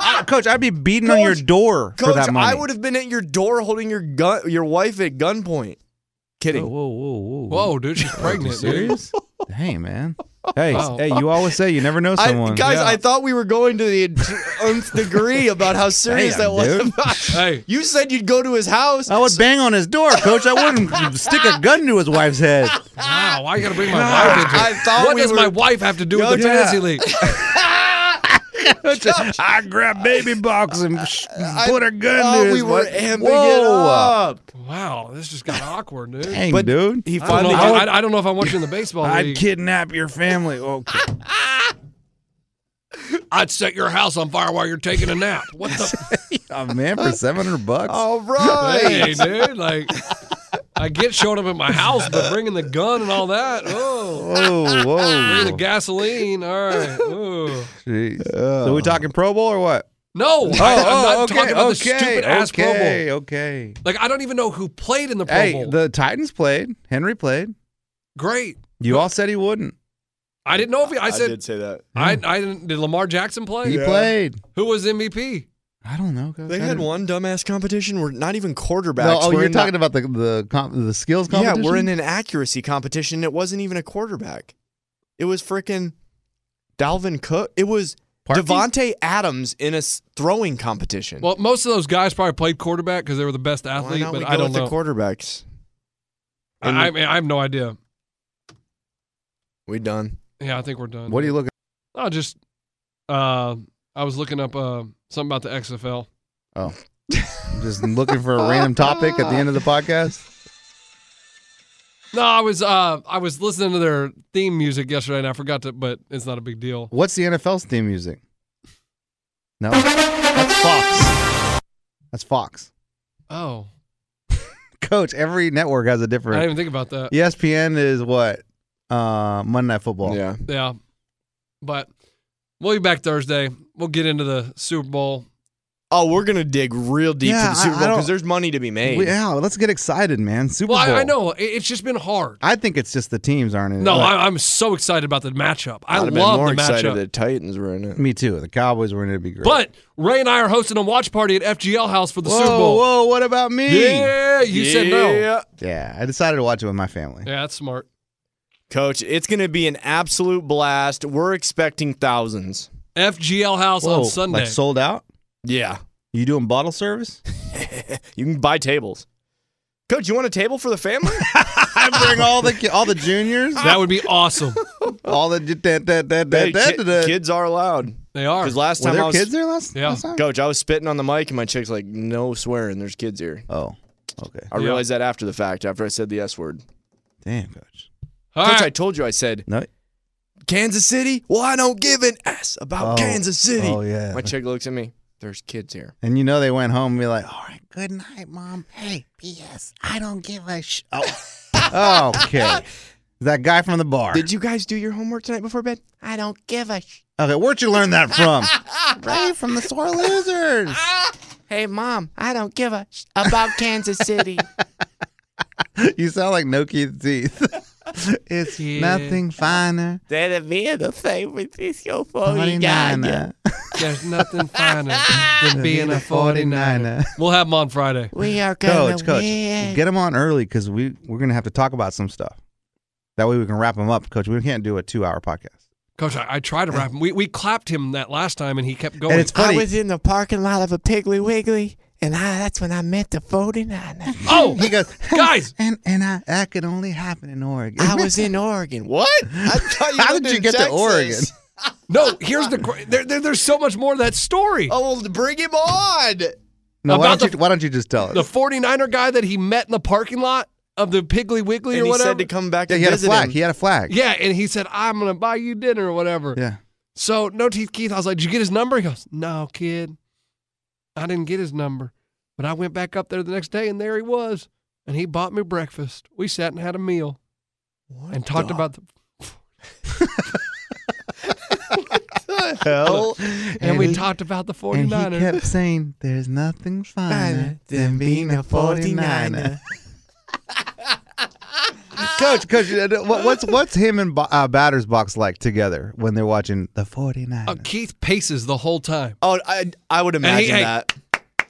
S4: Ah, coach, I'd be beating on
S3: Coach-
S4: your door for
S3: Coach,
S4: that money.
S3: I would have been at your door holding your gun, your wife at gunpoint. Kidding.
S4: Whoa, whoa, whoa, whoa!
S2: Whoa, dude, she's pregnant. dude.
S3: <laughs>
S4: serious? hey, man. Hey,
S2: Wow.
S4: hey! You always say you never know
S3: I,
S4: someone.
S3: guys,
S2: Yeah.
S3: I thought we were going to the
S4: <laughs>
S3: nth degree about how serious
S4: Damn,
S3: that
S4: dude.
S3: <laughs> was.
S2: Hey.
S3: You said you'd go to his house.
S4: I would bang on his door, coach. I wouldn't stick a gun to his wife's
S3: <laughs>
S4: head.
S2: Wow, why you gotta <laughs> bring my wife into
S3: I
S2: it?
S3: thought
S2: What
S3: we
S2: does
S3: were-
S2: my wife have to do with the
S3: Yeah.
S2: fantasy <laughs> league?
S4: I grab baby box and sh- put a gun
S3: Oh,
S4: to his
S3: we were
S4: wife.
S3: amping it
S4: Whoa.
S3: up.
S2: Wow, this just got awkward, dude.
S4: Dang,
S3: But
S4: dude.
S3: He
S2: I don't,
S3: finally
S2: know,
S3: did.
S2: I, I don't know if I want you in the baseball
S4: I'd <laughs>
S2: league.
S4: kidnap your family. Okay.
S2: I'd set your house on fire while you're taking a nap. What <laughs> the?
S4: Oh, man, for 700 bucks.
S3: All right.
S2: hey, dude, like. I get showing up at my house, but bringing the gun and all that. Oh,
S4: Whoa,
S2: bringing the
S4: whoa.
S2: gasoline. All right. Ooh.
S4: Jeez. Oh, so we talking Pro Bowl or what?
S2: No, I, am not talking about the stupid ass Pro Bowl.
S4: okay, okay.
S2: Like I don't even know who played in the Pro
S4: Hey,
S2: Bowl.
S4: the Titans played. Henry played.
S2: Great.
S4: You all said he wouldn't.
S2: I didn't know if he, I
S3: I
S2: said
S3: did say that.
S2: I, I, didn't. Did Lamar Jackson play?
S4: He played.
S2: Who was MVP?
S4: I don't know. guys.
S3: They
S4: I
S3: had
S4: didn't-
S3: one dumbass competition where not even quarterbacks.
S4: No, oh,
S3: were
S4: you're
S3: in the-
S4: talking about the the com- the skills
S3: Yeah,
S4: competition.
S3: we're in an accuracy competition. It wasn't even a quarterback. It was freaking Dalvin Cook. It was
S4: Parkey?
S3: Devonte Adams in a s- throwing competition.
S2: Well, most of those guys probably played quarterback because they were the best
S3: Why
S2: athlete.
S3: not we
S2: But
S3: go
S2: I don't
S3: with
S2: know.
S3: the quarterbacks?
S2: I, I, mean, I have no idea.
S3: We done.
S2: Yeah, I think we're done.
S4: What are you looking?
S2: Oh, just uh, I was looking up uh, something about the XFL.
S4: Oh, just looking for a random topic at the end of the podcast.
S2: No, I was uh, I was listening to their theme music yesterday, and I forgot to. But it's not a big deal.
S4: What's the NFL's theme music? No, that's Fox. That's Fox.
S2: Oh,
S4: Coach, every network has a
S2: I didn't
S4: different. E
S2: even think about that.
S4: ESPN is what uh, Monday Night Football.
S3: Yeah.
S2: Yeah. But we'll be back Thursday. We'll get into the Super Bowl.
S3: Oh, we're gonna dig real deep
S4: Yeah,
S3: for the Super
S4: I- I
S3: Bowl
S4: don't-
S3: because there's money to be made.
S4: We- yeah, let's get excited, man. Super
S2: Well,
S4: Bowl.
S2: I, I know it, it's just been hard.
S4: I think it's just the teams aren't in. it.
S2: No,
S4: Like,
S2: I, I'm so excited about the matchup. I
S3: I'd have been
S2: love
S3: more
S2: the
S3: excited
S2: matchup.
S3: the Titans were in it.
S4: me too. The Cowboys were in. It'd be great.
S2: But Ray and I are hosting a watch party at FGL House for the
S4: whoa,
S2: Super Bowl.
S4: whoa, what about me?
S2: Yeah, you said no.
S3: Yeah.
S4: Yeah, I decided to watch it with my family.
S2: Yeah, that's smart.
S3: Coach, it's gonna be an absolute blast. We're expecting thousands.
S2: FGL House
S4: Whoa,
S2: on Sunday.
S4: like sold out.
S3: Yeah.
S4: You doing
S2: <laughs>
S4: bottle service?
S3: You can buy tables. Coach, you want a table for
S4: <laughs>
S3: the family?
S4: I bring all the ki- all the juniors,
S2: that would be
S4: <laughs>
S2: awesome.
S4: all the that that that
S3: Hey,
S4: that that.
S3: ki-
S4: that-
S3: kids are allowed.
S2: They are.
S3: Because last
S4: Were
S3: time I
S4: there
S3: was
S4: kids there last,
S2: Yeah.
S4: last time?
S3: Coach, I was spitting on the mic and my chick's like, no swearing, there's kids here.
S4: Oh, okay.
S3: I
S2: Yeah.
S3: realized that after the fact, after I said the S word.
S4: Damn, coach.
S2: All
S3: Coach, I
S2: right.
S3: told you I said
S4: No,
S3: Kansas City? Well, I don't give an S about
S4: Oh.
S3: Kansas City.
S4: Oh, yeah.
S3: My chick looks at me. There's kids here.
S4: and you know they went home and be like, "All right, good night, mom. Hey, P.S. I don't give a sh."
S3: <laughs>
S4: Oh, okay. That guy from the bar.
S3: Did you guys do your homework tonight before bed? I don't give a sh.
S4: okay, where'd you learn that
S3: <laughs>
S4: from? right from the sore losers.
S3: Hey, mom, I don't give a sh about Kansas City.
S4: <laughs> you sound like no Keith teeth.
S3: <laughs>
S4: it's
S2: Yeah.
S4: nothing finer.
S3: That'll be the same with this your
S4: Party niner.
S2: There's nothing finer
S4: <laughs>
S2: than being
S4: Being
S2: a
S4: a
S2: 49er.
S4: 49er.
S2: We'll have them on Friday.
S3: We are
S4: Coach, coach, get them on early because we we're gonna have to talk about some stuff. That way we can wrap them up, coach. We can't do a two-hour podcast.
S2: Coach, I, I tried to wrap him. We, we clapped him that last time, and he kept going.
S4: And it's funny.
S3: in the parking lot of a Piggly Wiggly, and I, that's when I met the 49
S2: oh,
S4: he
S3: <laughs>
S4: goes,
S2: Guys!
S4: and and I, that could only happen in Oregon.
S3: in Oregon. What? I thought
S4: How did you get to
S3: <laughs>
S4: Oregon?
S2: no, here's the. gr- There, there, there's so much more to that story.
S3: Oh, well, bring him on.
S4: No, why
S2: About
S4: don't,
S2: the-
S4: you, why don't you just tell us?
S2: the 49er guy that he met in the parking lot of the Piggly Wiggly
S3: And
S2: or
S3: he
S2: whatever.
S3: said to come back
S4: yeah,
S3: and
S4: he had a
S3: visit
S4: flag.
S3: him.
S4: He had a flag.
S2: yeah, and he said, I'm going to buy you dinner or whatever.
S4: yeah.
S2: So, no teeth Keith, I was like, Did you get his number? He goes, No, kid. I didn't get his number. But I went back up there the next day and there he was. And he bought me breakfast. We sat and had a meal and talked about the.
S4: Hell.
S2: And, we talked about the
S4: And
S2: 49ers.
S4: he kept saying, "There's nothing finer than being a 49er." coach, coach, uh, what- what's what's him and Bo- uh, batter's box like together when they're watching the 49ers?
S2: Uh, Keith paces the whole time.
S3: Oh, I, I would imagine
S2: hey.
S3: that.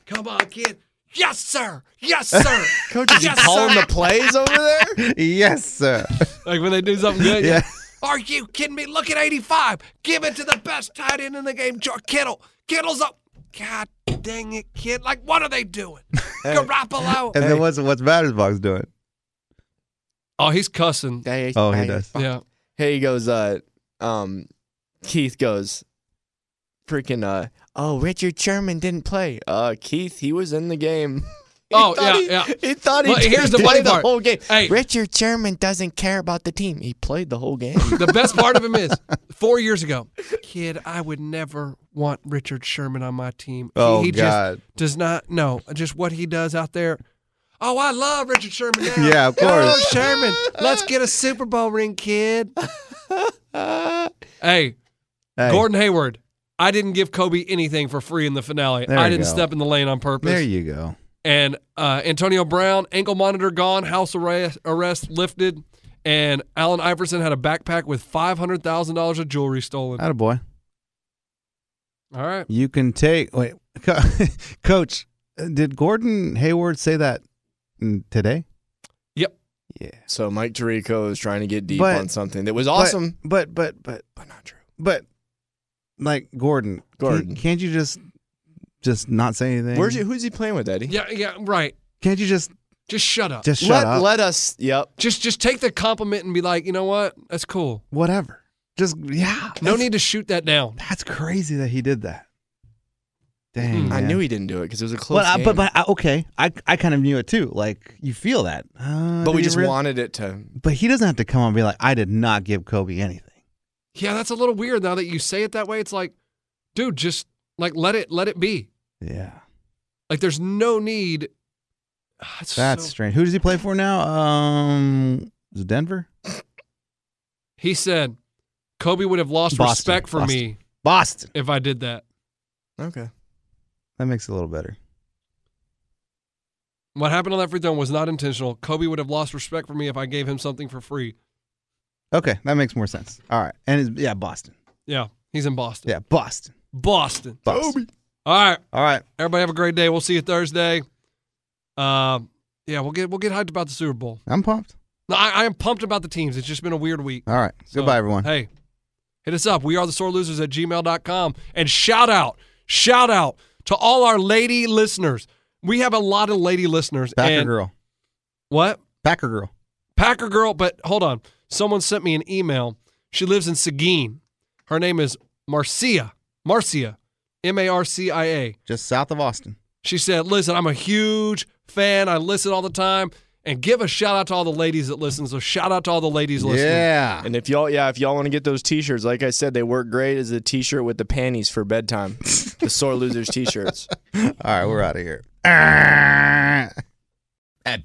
S2: Come on, kid. Yes, sir. Yes,
S4: <laughs>
S2: sir.
S3: Coach, is he
S2: Yes,
S3: calling
S2: sir.
S3: the plays over there?
S4: Yes, sir.
S2: Like when they do something good.
S4: Yeah.
S2: Are you kidding me? Look at 85. Give it to the best tight end in the game, George Kittle. Kittle's up. God dang it, kid. Like, what are they
S4: <laughs>
S2: doing? Garoppolo.
S4: And then what's what's batter's box doing?
S2: Oh, he's cussing.
S3: Hey,
S4: Oh, he
S3: hey,
S4: does.
S3: fuck.
S2: Yeah.
S3: Hey, he goes, uh, um, Keith goes, freaking, uh, oh, Richard Sherman didn't play. Uh, Keith, he was in the game. <laughs>
S2: Oh,
S3: thought he-
S2: yeah, yeah.
S3: He thought he
S2: Well, here's
S3: here's
S2: the
S3: the
S2: funny
S3: the
S2: part.
S3: whole game.
S2: Hey.
S3: Richard Sherman doesn't care about the team. He played the whole game. <laughs>
S2: The best part of him
S4: <laughs>
S2: is four years ago, kid, I would never want Richard Sherman on my team. He-
S4: Oh,
S2: he
S4: God.
S2: just does not know just what he does out there. Oh, I love Richard Sherman now.
S4: Yeah, of
S2: Oh,
S4: course.
S2: Sherman, let's get a Super Bowl ring, kid. hey,
S4: Hey,
S2: Gordon Hayward, I didn't give Kobe anything for free in the finale.
S4: There
S2: I
S4: you
S2: didn't
S4: go.
S2: step in the lane on purpose.
S4: There you go.
S2: and uh, Antonio Brown, ankle monitor gone, house arrest, arrest lifted, and Allen Iverson had a backpack with five hundred thousand dollars of jewelry stolen.
S4: Atta boy.
S2: All right,
S4: You can take. Wait, <laughs> Co- Coach, did Gordon Hayward say that mm, today?
S2: yep,
S4: Yeah.
S3: so Mike Tirico is trying to get deep
S4: But-
S3: on something that was awesome,
S4: But, but, but,
S3: but, not true.
S4: but, like Gordon.
S3: Gordon.
S4: Can, can't you just, just not say anything?
S3: Where's he, who's he playing with, Eddie?
S2: yeah, yeah, right.
S4: Can't you just,
S2: Just shut up.
S4: just shut
S3: Uh, let,
S4: up?
S3: let us. Yep.
S2: just, just take the compliment and be like, you know what? That's cool.
S4: Whatever. Just yeah.
S2: No
S4: that's-
S2: need to shoot that down.
S4: That's crazy that he did that. Dang.
S2: Hmm.
S3: Mm-hmm. I
S4: man.
S3: knew he didn't do it because it was a close
S4: Well, I,
S3: game.
S4: but but I, okay, I I kind of knew it too. Like you feel that. Uh,
S3: But
S4: did
S3: we
S4: he
S3: just
S4: really-
S3: wanted it to.
S4: But he doesn't have to come on and be like, I did not give Kobe anything.
S2: Yeah, that's a little weird now that you say it that way. It's like, dude, just like let it, let it be.
S4: Yeah,
S2: Like, there's no need. <sighs> That's,
S4: that's
S2: so-
S4: strange. Who does he play for now? Um, is it Denver?
S2: He said, Kobe would have lost
S4: Boston,
S2: respect for
S4: Boston.
S2: me
S4: Boston.
S2: if I did that.
S3: Okay.
S4: That makes it a little better.
S2: What happened on that free throw was not intentional. Kobe would have lost respect for me if I gave him something for free.
S4: Okay, that makes more sense. All right, and it's, yeah, Boston.
S2: Yeah, he's in Boston.
S4: Yeah, Boston.
S2: Boston.
S4: Boston.
S2: All right,
S4: All right.
S2: everybody have a great day. We'll see you Thursday. Um, yeah, we'll get we'll get hyped about the Super Bowl.
S4: I'm pumped.
S2: No, I, I am pumped about the teams. It's just been a weird week.
S4: All right.
S2: So,
S4: Goodbye, everyone.
S2: Hey, hit us up. We are the sore losers at gmail.com. And shout out, shout out to all our lady listeners. We have a lot of lady listeners.
S4: Packer
S2: and
S4: girl.
S2: What?
S4: Packer girl.
S2: Packer girl, but hold on. Someone sent me an email. She lives in Seguin. Her name is Marcia. Marcia. M A R C I A.
S4: Just south of Austin.
S2: She said, Listen, I'm a huge fan. I listen all the time. And give a shout out to all the ladies that listen. So shout out to all the ladies listening.
S4: Yeah.
S3: And if y'all, yeah, if y'all want to get those T-shirts, like I said, they work great as a T-shirt with the panties for bedtime. <laughs> the sore losers T-shirts.
S4: All right, we're out of here. Ah.
S7: At